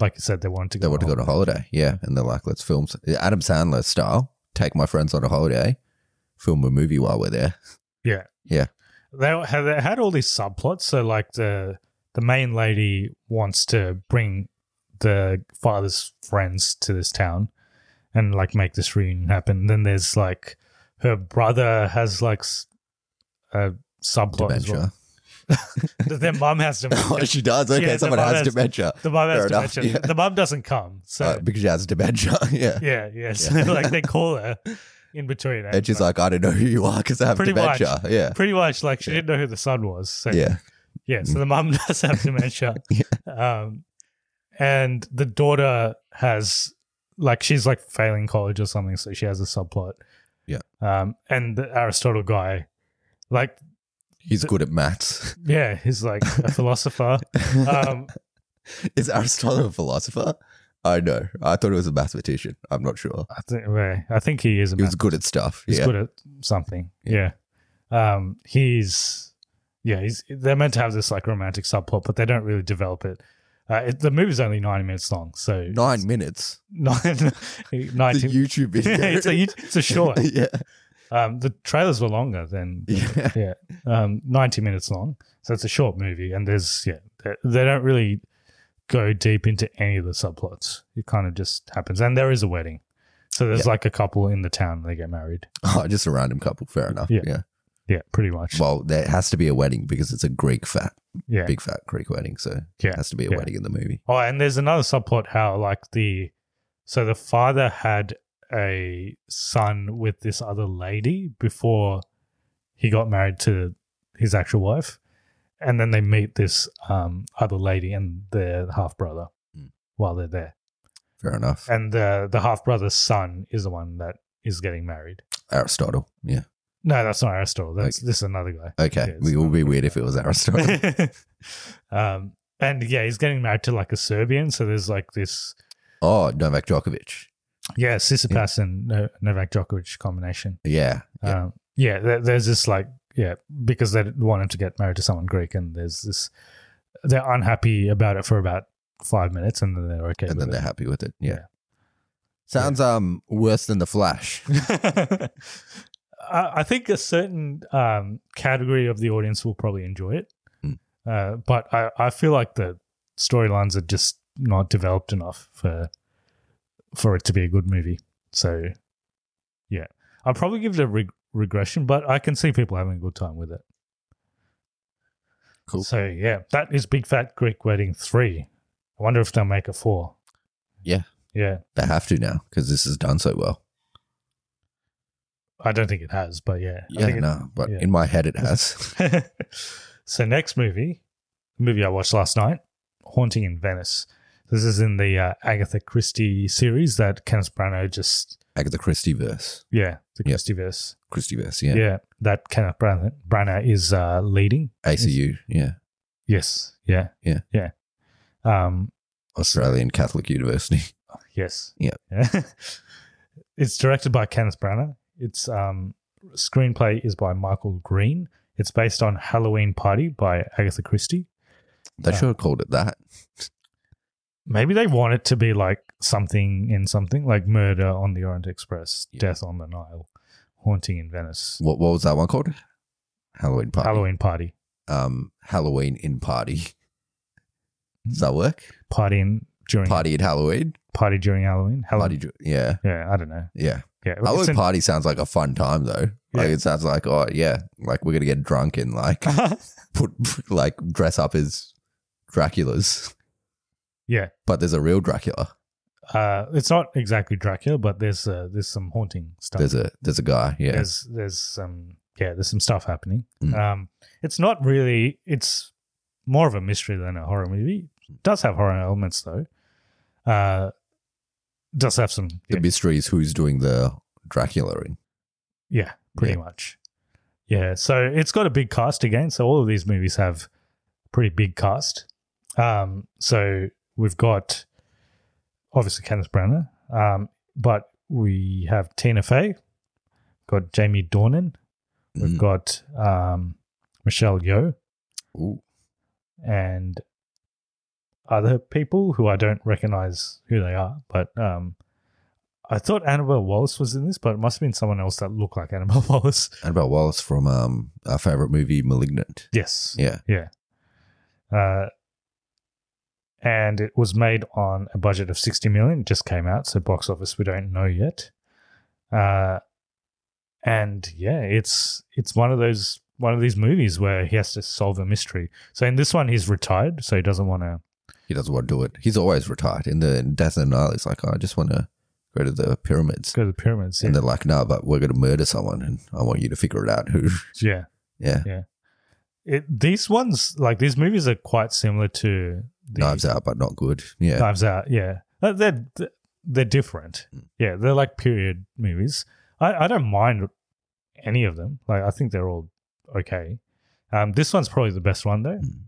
[SPEAKER 1] like you said, they wanted to go.
[SPEAKER 2] They want to go to holiday, yeah, and they're like, "Let's film s- Adam Sandler style. Take my friends on a holiday, film a movie while we're there."
[SPEAKER 1] Yeah.
[SPEAKER 2] Yeah.
[SPEAKER 1] They had, they had all these subplots. So like the the main lady wants to bring the father's friends to this town and like make this reunion happen. Then there's like her brother has like s- a subplot as well.
[SPEAKER 2] Dementia.
[SPEAKER 1] Their mum
[SPEAKER 2] (laughs)
[SPEAKER 1] has
[SPEAKER 2] Oh,
[SPEAKER 1] dementia.
[SPEAKER 2] she does. Okay,
[SPEAKER 1] Yeah, the
[SPEAKER 2] someone
[SPEAKER 1] mum
[SPEAKER 2] has
[SPEAKER 1] has-
[SPEAKER 2] dementia.
[SPEAKER 1] The mum has
[SPEAKER 2] Fair enough,
[SPEAKER 1] dementia.
[SPEAKER 2] yeah.
[SPEAKER 1] The mum doesn't come. So
[SPEAKER 2] Uh, because she has dementia. (laughs) Yeah.
[SPEAKER 1] yeah, yeah. So
[SPEAKER 2] Yeah.
[SPEAKER 1] like they call her in between.
[SPEAKER 2] And she's like, "I don't know who you are because I have
[SPEAKER 1] Pretty much.
[SPEAKER 2] dementia." Yeah.
[SPEAKER 1] pretty much like she didn't know who the son was. So
[SPEAKER 2] Yeah.
[SPEAKER 1] Yeah, so the mum (laughs) does have
[SPEAKER 2] (laughs)
[SPEAKER 1] dementia. um, and the daughter has, like, she's like failing college or something, so she has a subplot.
[SPEAKER 2] Yeah.
[SPEAKER 1] Um, and the Aristotle guy, like,
[SPEAKER 2] He's good at maths.
[SPEAKER 1] yeah, he's like
[SPEAKER 2] (laughs)
[SPEAKER 1] a philosopher. Um,
[SPEAKER 2] Is Aristotle a philosopher? I know. I thought he was a mathematician. I'm not sure.
[SPEAKER 1] I think, well, I think he is a
[SPEAKER 2] He was
[SPEAKER 1] math-
[SPEAKER 2] good at stuff.
[SPEAKER 1] he's
[SPEAKER 2] yeah.
[SPEAKER 1] good at something. Yeah. Um, he's yeah, he's, they're meant to have this like romantic subplot, but they don't really develop it. Uh, it the movie's only 90 minutes long, so
[SPEAKER 2] Nine minutes.
[SPEAKER 1] (laughs)
[SPEAKER 2] (laughs)
[SPEAKER 1] nine,
[SPEAKER 2] The
[SPEAKER 1] 19
[SPEAKER 2] YouTube (laughs) video.
[SPEAKER 1] (laughs) it's, a, it's a short.
[SPEAKER 2] (laughs) yeah.
[SPEAKER 1] Um, the trailers were longer than
[SPEAKER 2] Yeah.
[SPEAKER 1] yeah, um, ninety minutes long. So it's a short movie, and there's yeah, they, they don't really go deep into any of the subplots. It kind of just happens, and there is a wedding. So there's like a couple in the town they get married.
[SPEAKER 2] (laughs) Oh, just a random couple. Fair enough. Yeah.
[SPEAKER 1] Yeah. Yeah, pretty much.
[SPEAKER 2] Well, there has to be a wedding because it's a Greek fat,
[SPEAKER 1] yeah.
[SPEAKER 2] big fat Greek wedding. So
[SPEAKER 1] Yeah,
[SPEAKER 2] it has to be a
[SPEAKER 1] yeah.
[SPEAKER 2] wedding in the movie.
[SPEAKER 1] Oh, and there's another subplot how like the so the father had a son with this other lady before he got married to his actual wife, and then they meet this um, other lady and their half brother
[SPEAKER 2] Hmm.
[SPEAKER 1] while they're there,
[SPEAKER 2] Fair enough.
[SPEAKER 1] and the the half brother's son is the one that is getting married.
[SPEAKER 2] Aristotle. Yeah.
[SPEAKER 1] No, that's not Aristotle. That's
[SPEAKER 2] Okay.
[SPEAKER 1] this is another guy.
[SPEAKER 2] Okay.
[SPEAKER 1] Yeah, it's
[SPEAKER 2] we it would be
[SPEAKER 1] another
[SPEAKER 2] weird
[SPEAKER 1] guy.
[SPEAKER 2] if it was Aristotle.
[SPEAKER 1] (laughs) um, and yeah, he's getting married to like a Serbian, so there's like this
[SPEAKER 2] oh, Novak Djokovic.
[SPEAKER 1] Yeah, Sissipas and No- Novak Djokovic combination.
[SPEAKER 2] Yeah. yeah.
[SPEAKER 1] Um, yeah, there, there's this like yeah because they want him to get married to someone Greek, and there's this they're unhappy about it for about five minutes, and then they're okay.
[SPEAKER 2] and
[SPEAKER 1] with
[SPEAKER 2] then they're happy with it. Yeah.
[SPEAKER 1] Yeah.
[SPEAKER 2] Sounds um worse than
[SPEAKER 1] (laughs)
[SPEAKER 2] the Flash.
[SPEAKER 1] it. I I think a certain um, category of the audience will probably enjoy it,
[SPEAKER 2] Mm.
[SPEAKER 1] uh, but I, I feel like the storylines are just not developed enough for for it to be a good movie. So, yeah, I'll probably give it a reg- regression, but I can see people having a good time with it.
[SPEAKER 2] Cool.
[SPEAKER 1] So yeah, that is Big Fat Greek Wedding three. I wonder if they'll make a four.
[SPEAKER 2] Yeah.
[SPEAKER 1] Yeah,
[SPEAKER 2] They have to now because this has done so well.
[SPEAKER 1] I don't think it has, but yeah, I
[SPEAKER 2] Yeah,
[SPEAKER 1] think it-
[SPEAKER 2] no, but
[SPEAKER 1] yeah.
[SPEAKER 2] in my head it has. (laughs)
[SPEAKER 1] (laughs) so next movie, the movie I watched last night, Haunting in Venice. This is in the uh, Agatha Christie series that Kenneth Branagh just
[SPEAKER 2] Agatha Christie verse.
[SPEAKER 1] yeah the
[SPEAKER 2] Yeah.
[SPEAKER 1] Christie verse
[SPEAKER 2] Christie verse,
[SPEAKER 1] yeah.
[SPEAKER 2] yeah.
[SPEAKER 1] that Kenneth Branagh, Branagh is uh, leading
[SPEAKER 2] ACU, yeah.
[SPEAKER 1] yes yeah
[SPEAKER 2] Yeah.
[SPEAKER 1] yeah um
[SPEAKER 2] Australian Catholic University.
[SPEAKER 1] yes
[SPEAKER 2] Yeah.
[SPEAKER 1] (laughs) it's directed by Kenneth Branagh. Its um, screenplay is by Michael Green. It's based on Halloween Party by Agatha Christie.
[SPEAKER 2] They
[SPEAKER 1] Yeah.
[SPEAKER 2] should have called it that.
[SPEAKER 1] Maybe they want it to be like something in something, like Murder on the Orient Express,
[SPEAKER 2] Yeah.
[SPEAKER 1] Death on the Nile, Haunting in Venice,
[SPEAKER 2] What what was that one called? Halloween party.
[SPEAKER 1] Halloween Party,
[SPEAKER 2] Um Halloween in party. (laughs) Does
[SPEAKER 1] Hmm.
[SPEAKER 2] that work?
[SPEAKER 1] Party in during party,
[SPEAKER 2] Party at Halloween.
[SPEAKER 1] during Halloween,
[SPEAKER 2] Party
[SPEAKER 1] Halloween.
[SPEAKER 2] dr- yeah.
[SPEAKER 1] yeah, I don't know.
[SPEAKER 2] Yeah.
[SPEAKER 1] Yeah,
[SPEAKER 2] Halloween
[SPEAKER 1] it's in-
[SPEAKER 2] party sounds like a fun time though. Like
[SPEAKER 1] Yeah.
[SPEAKER 2] it sounds like oh yeah, like we're gonna get drunk
[SPEAKER 1] (laughs)
[SPEAKER 2] and like put like dress up as Dracula's,
[SPEAKER 1] yeah.
[SPEAKER 2] but there's a real Dracula.
[SPEAKER 1] Uh, it's not exactly Dracula, but there's uh, there's some haunting stuff.
[SPEAKER 2] There's a there's a guy. Yeah,
[SPEAKER 1] there's there's some yeah there's some stuff happening
[SPEAKER 2] Mm.
[SPEAKER 1] um it's not really it's more of a mystery than a horror movie it does have horror elements though uh does have some
[SPEAKER 2] the
[SPEAKER 1] yeah,
[SPEAKER 2] mystery is who's doing the Dracula in.
[SPEAKER 1] yeah, pretty
[SPEAKER 2] Yeah.
[SPEAKER 1] much yeah so it's got a big cast again so all of these movies have pretty big cast um so we've got obviously Kenneth Branagh um but we have Tina Fey got Jamie Dornan We've
[SPEAKER 2] Mm.
[SPEAKER 1] got um, Michelle Yeoh
[SPEAKER 2] Ooh.
[SPEAKER 1] and other people who I don't recognize who they are. But um, I thought Annabelle Wallace was in this, but it must have been someone else that looked like Annabelle (laughs) Wallace.
[SPEAKER 2] Annabelle Wallace from um our favorite movie Malignant.
[SPEAKER 1] Yes.
[SPEAKER 2] Yeah,
[SPEAKER 1] Yeah. Uh, and it was made on a budget of 60 million. It just came out, so box office we don't know yet. Uh, and yeah, it's it's one of those one of these movies where he has to solve a mystery. So in this one, he's retired, so he doesn't want to.
[SPEAKER 2] he doesn't want to do it. He's always retired. In the in Death and Nile, he's like, "Oh, I just want to go to the pyramids.
[SPEAKER 1] Go to the pyramids.
[SPEAKER 2] And they're like, no, but we're going to murder someone, and I want you to figure it out who. (laughs)
[SPEAKER 1] yeah.
[SPEAKER 2] Yeah,
[SPEAKER 1] It, these ones, like these movies, are quite similar to the
[SPEAKER 2] knives out, but not good. Yeah,
[SPEAKER 1] Knives Out, yeah. Uh, They're they're different. Yeah, they're like period movies. I, I don't mind any of them. Like I think they're all okay. Um, this one's probably the best one though.
[SPEAKER 2] Mm.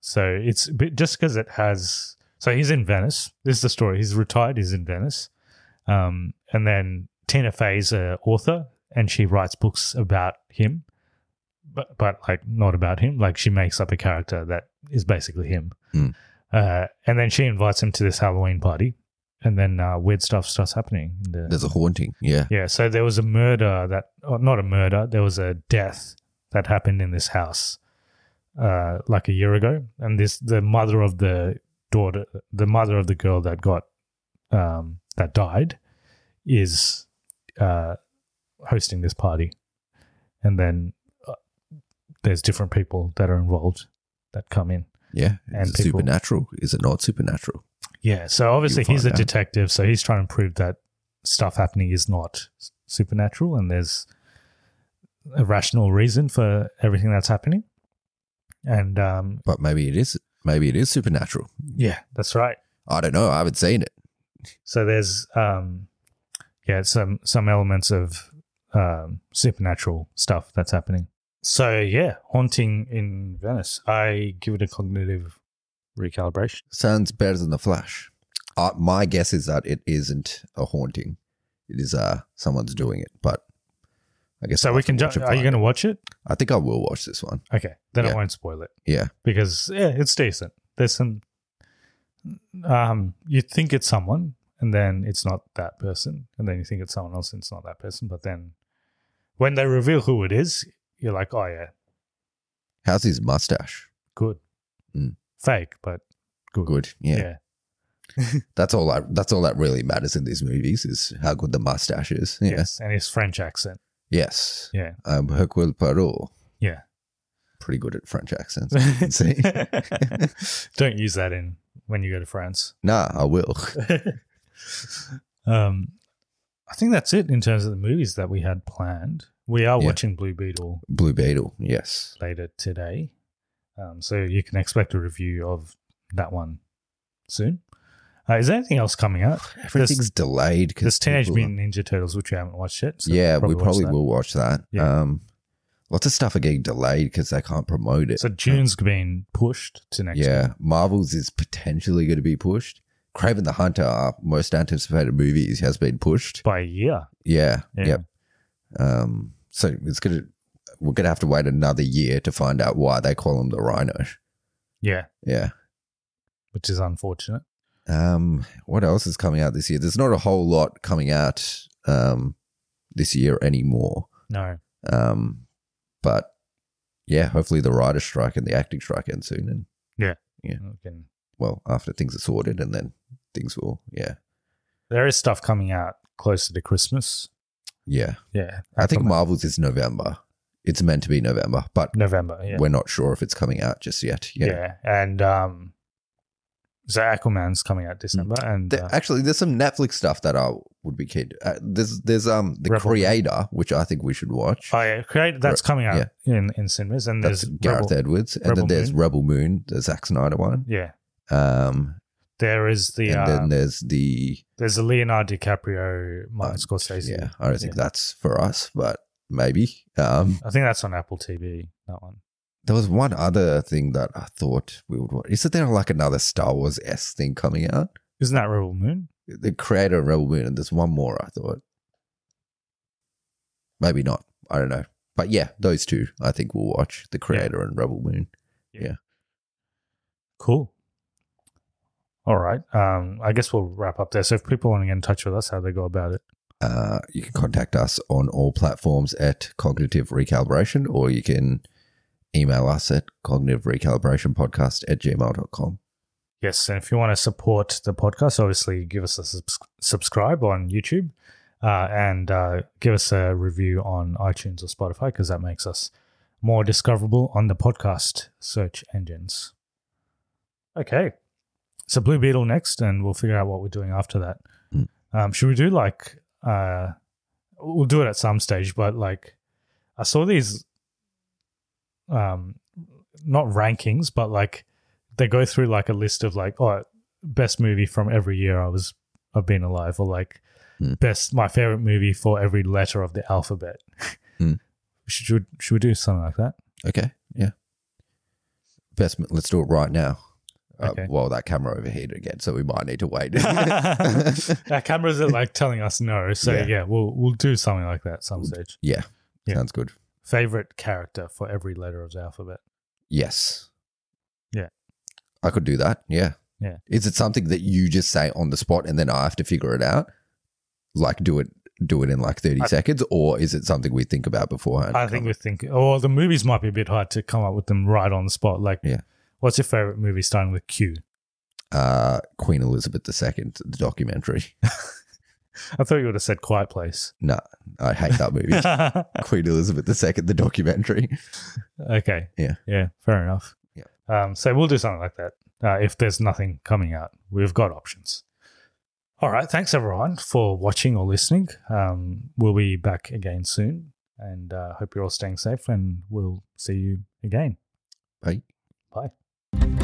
[SPEAKER 1] So it's a bit- just because it has. So he's in Venice. This is the story. He's retired. He's in Venice, um, and then Tina Fey's a author, and she writes books about him, but but like not about him. Like she makes up a character that is basically him,
[SPEAKER 2] Mm.
[SPEAKER 1] uh, and then she invites him to this Halloween party, and then uh, weird stuff starts happening. in the-
[SPEAKER 2] There's a haunting. Yeah.
[SPEAKER 1] yeah, so there was a murder that, or not a murder, there was a death that happened in this house uh, like a year ago, and this the mother of the daughter, the mother of the girl that got um, that died, is uh, hosting this party, and then uh, there's different people that are involved that come in.
[SPEAKER 2] Yeah.
[SPEAKER 1] And
[SPEAKER 2] is it
[SPEAKER 1] people-
[SPEAKER 2] supernatural? Is it not supernatural?
[SPEAKER 1] Yeah, so obviously
[SPEAKER 2] You'll
[SPEAKER 1] he's a
[SPEAKER 2] find out.
[SPEAKER 1] detective, so he's trying to prove that stuff happening is not s- supernatural and there's a rational reason for everything that's happening. And um,
[SPEAKER 2] But maybe it is. Maybe it is supernatural.
[SPEAKER 1] yeah, that's right.
[SPEAKER 2] I don't know. I haven't seen it.
[SPEAKER 1] So there's um, yeah, some some elements of um, supernatural stuff that's happening. So yeah, haunting in Venice. I give it a cognitive recalibration.
[SPEAKER 2] Sounds better than the Flash. Uh, my guess is that it isn't a haunting. It is uh someone's doing it. But I guess.
[SPEAKER 1] So
[SPEAKER 2] I'll
[SPEAKER 1] we
[SPEAKER 2] have to
[SPEAKER 1] can. Ju-
[SPEAKER 2] watch it
[SPEAKER 1] are you
[SPEAKER 2] Friday.
[SPEAKER 1] going to watch it?
[SPEAKER 2] I think I will watch this one.
[SPEAKER 1] Okay, then I
[SPEAKER 2] Yeah.
[SPEAKER 1] won't spoil it.
[SPEAKER 2] Yeah.
[SPEAKER 1] because yeah, it's decent. There's some um you think it's someone and then it's not that person, and then you think it's someone else and it's not that person, but then when they reveal who it is, you're like, Oh yeah,
[SPEAKER 2] How's his mustache?
[SPEAKER 1] good.
[SPEAKER 2] Mm.
[SPEAKER 1] Fake, but good.
[SPEAKER 2] Good. Yeah. That's all. I, that's all that really matters in these movies is how good the mustache is. Yeah.
[SPEAKER 1] Yes. And his French accent.
[SPEAKER 2] Yes.
[SPEAKER 1] Yeah.
[SPEAKER 2] Um, Hercule Poirot. (laughs)
[SPEAKER 1] Yeah.
[SPEAKER 2] Pretty good at French accents. as you
[SPEAKER 1] (laughs)
[SPEAKER 2] can see.
[SPEAKER 1] Don't use that in when you go to France.
[SPEAKER 2] nah,
[SPEAKER 1] (laughs)
[SPEAKER 2] I will.
[SPEAKER 1] um I think that's it in terms of the movies that we had planned. We are
[SPEAKER 2] Yeah.
[SPEAKER 1] watching Blue Beetle
[SPEAKER 2] Blue Beetle. Yes.
[SPEAKER 1] later today. Um, so you can expect a review of that one soon. Uh, is there anything else coming out?
[SPEAKER 2] (sighs) Everything's delayed
[SPEAKER 1] There's, there's Teenage
[SPEAKER 2] people are-
[SPEAKER 1] Mutant Ninja Turtles, which we haven't watched yet. so
[SPEAKER 2] yeah,
[SPEAKER 1] we'll
[SPEAKER 2] we
[SPEAKER 1] watch
[SPEAKER 2] probably
[SPEAKER 1] that.
[SPEAKER 2] will watch that.
[SPEAKER 1] Yeah.
[SPEAKER 2] Um, lots of stuff are getting delayed because they can't promote it.
[SPEAKER 1] So June's been pushed to next.
[SPEAKER 2] yeah,
[SPEAKER 1] year.
[SPEAKER 2] Marvel's is potentially going to be pushed. Craven the Hunter, our most anticipated movie, has been pushed.
[SPEAKER 1] by a year.
[SPEAKER 2] Yeah.
[SPEAKER 1] Yeah.
[SPEAKER 2] Yep. Um, so it's gonna we're gonna have to wait another year to find out why they call him the Rhino.
[SPEAKER 1] Yeah,
[SPEAKER 2] Yeah.
[SPEAKER 1] which is unfortunate.
[SPEAKER 2] Um, what else is coming out this year? There's not a whole lot coming out um this year anymore.
[SPEAKER 1] No,
[SPEAKER 2] Um, but yeah, hopefully the writer's strike and the acting strike end soon, and Yeah.
[SPEAKER 1] we can-
[SPEAKER 2] well after things are sorted, and then things will yeah
[SPEAKER 1] there is stuff coming out closer to Christmas.
[SPEAKER 2] yeah.
[SPEAKER 1] Yeah,
[SPEAKER 2] I think
[SPEAKER 1] Aquaman-
[SPEAKER 2] Marvel's is November. It's meant to be November, but
[SPEAKER 1] November. Yeah,
[SPEAKER 2] we're not sure if it's coming out just yet. Yeah.
[SPEAKER 1] yeah, and um, so Aquaman's coming out December, and
[SPEAKER 2] There-
[SPEAKER 1] uh,
[SPEAKER 2] actually, there's some Netflix stuff that I would be keen. To, uh, there's there's um the
[SPEAKER 1] Rebel.
[SPEAKER 2] creator, which I think we should watch.
[SPEAKER 1] oh yeah, create that's
[SPEAKER 2] Re-
[SPEAKER 1] coming out in in cinemas, and
[SPEAKER 2] That's
[SPEAKER 1] there's
[SPEAKER 2] Gareth
[SPEAKER 1] Rebel-
[SPEAKER 2] Edwards, and
[SPEAKER 1] Rebel
[SPEAKER 2] then there's
[SPEAKER 1] Moon.
[SPEAKER 2] Rebel Moon, the Zack Snyder one.
[SPEAKER 1] Yeah,
[SPEAKER 2] Um,
[SPEAKER 1] there is the
[SPEAKER 2] and
[SPEAKER 1] uh,
[SPEAKER 2] then there's the
[SPEAKER 1] there's a Leonardo DiCaprio Martin
[SPEAKER 2] uh,
[SPEAKER 1] Scorsese.
[SPEAKER 2] Yeah, I don't think
[SPEAKER 1] Yeah.
[SPEAKER 2] that's for us, but maybe. Um,
[SPEAKER 1] I think that's on Apple TV. That one.
[SPEAKER 2] there was one other thing that I thought we would watch. Isn't there like another Star Wars s thing coming out?
[SPEAKER 1] Isn't that Rebel Moon?
[SPEAKER 2] The creator of Rebel Moon, and there's one more. I thought maybe not. I don't know, but yeah, those two I think we'll watch the creator and Rebel Moon.
[SPEAKER 1] Cool. All right. Um, I guess we'll wrap up there. So if people want to get in touch with us, how do they go about it?
[SPEAKER 2] Uh, you can contact us on all platforms at Cognitive Recalibration, or you can email us at cognitive recalibration podcast at gmail.com.
[SPEAKER 1] Yes, and if you want to support the podcast, obviously give us a subs- subscribe on YouTube uh, and uh, give us a review on iTunes or Spotify because that makes us more discoverable on the podcast search engines. Okay, so Blue Beetle next, and we'll figure out what we're doing after that.
[SPEAKER 2] Mm.
[SPEAKER 1] Um, should we do like uh, we'll do it at some stage, but like I saw these um not rankings, but like they go through like a list of like oh best movie from every year I was I've been alive or like
[SPEAKER 2] Hmm.
[SPEAKER 1] best my favorite movie for every letter of the alphabet.
[SPEAKER 2] Hmm.
[SPEAKER 1] (laughs) Should we, should we do something like that?
[SPEAKER 2] Okay. Yeah. Best, let's do it right now.
[SPEAKER 1] Okay.
[SPEAKER 2] Uh, well, that camera overheated again, so we might need to wait. (laughs)
[SPEAKER 1] Our cameras are like telling us no, so yeah,
[SPEAKER 2] Yeah.
[SPEAKER 1] we'll we'll do something like that some
[SPEAKER 2] We'll-
[SPEAKER 1] stage.
[SPEAKER 2] yeah.
[SPEAKER 1] Yeah.
[SPEAKER 2] Sounds good.
[SPEAKER 1] favorite character for every letter of the alphabet.
[SPEAKER 2] Yes.
[SPEAKER 1] Yeah.
[SPEAKER 2] I could do that. Yeah.
[SPEAKER 1] Yeah.
[SPEAKER 2] Is it something that you just say on the spot and then I have to figure it out? Like do it do it in like 30
[SPEAKER 1] I-
[SPEAKER 2] seconds or is it something we think about beforehand?
[SPEAKER 1] I think we think, or the movies might be a bit hard to come up with them right on the spot. Like,
[SPEAKER 2] Yeah.
[SPEAKER 1] what's your favorite movie starting with Q?
[SPEAKER 2] uh Queen Elizabeth II the documentary. (laughs)
[SPEAKER 1] I thought you would have said Quiet Place.
[SPEAKER 2] No, I hate
[SPEAKER 1] (laughs)
[SPEAKER 2] that movie. Queen Elizabeth II the documentary.
[SPEAKER 1] okay.
[SPEAKER 2] Yeah.
[SPEAKER 1] Yeah. Fair enough.
[SPEAKER 2] Yeah.
[SPEAKER 1] Um, so we'll do something like that. Uh, if there's nothing coming out, we've got options. All right. Thanks, everyone, for watching or listening. Um, we'll be back again soon. And uh, hope you're all staying safe, and we'll see you again.
[SPEAKER 2] Right?
[SPEAKER 1] Bye.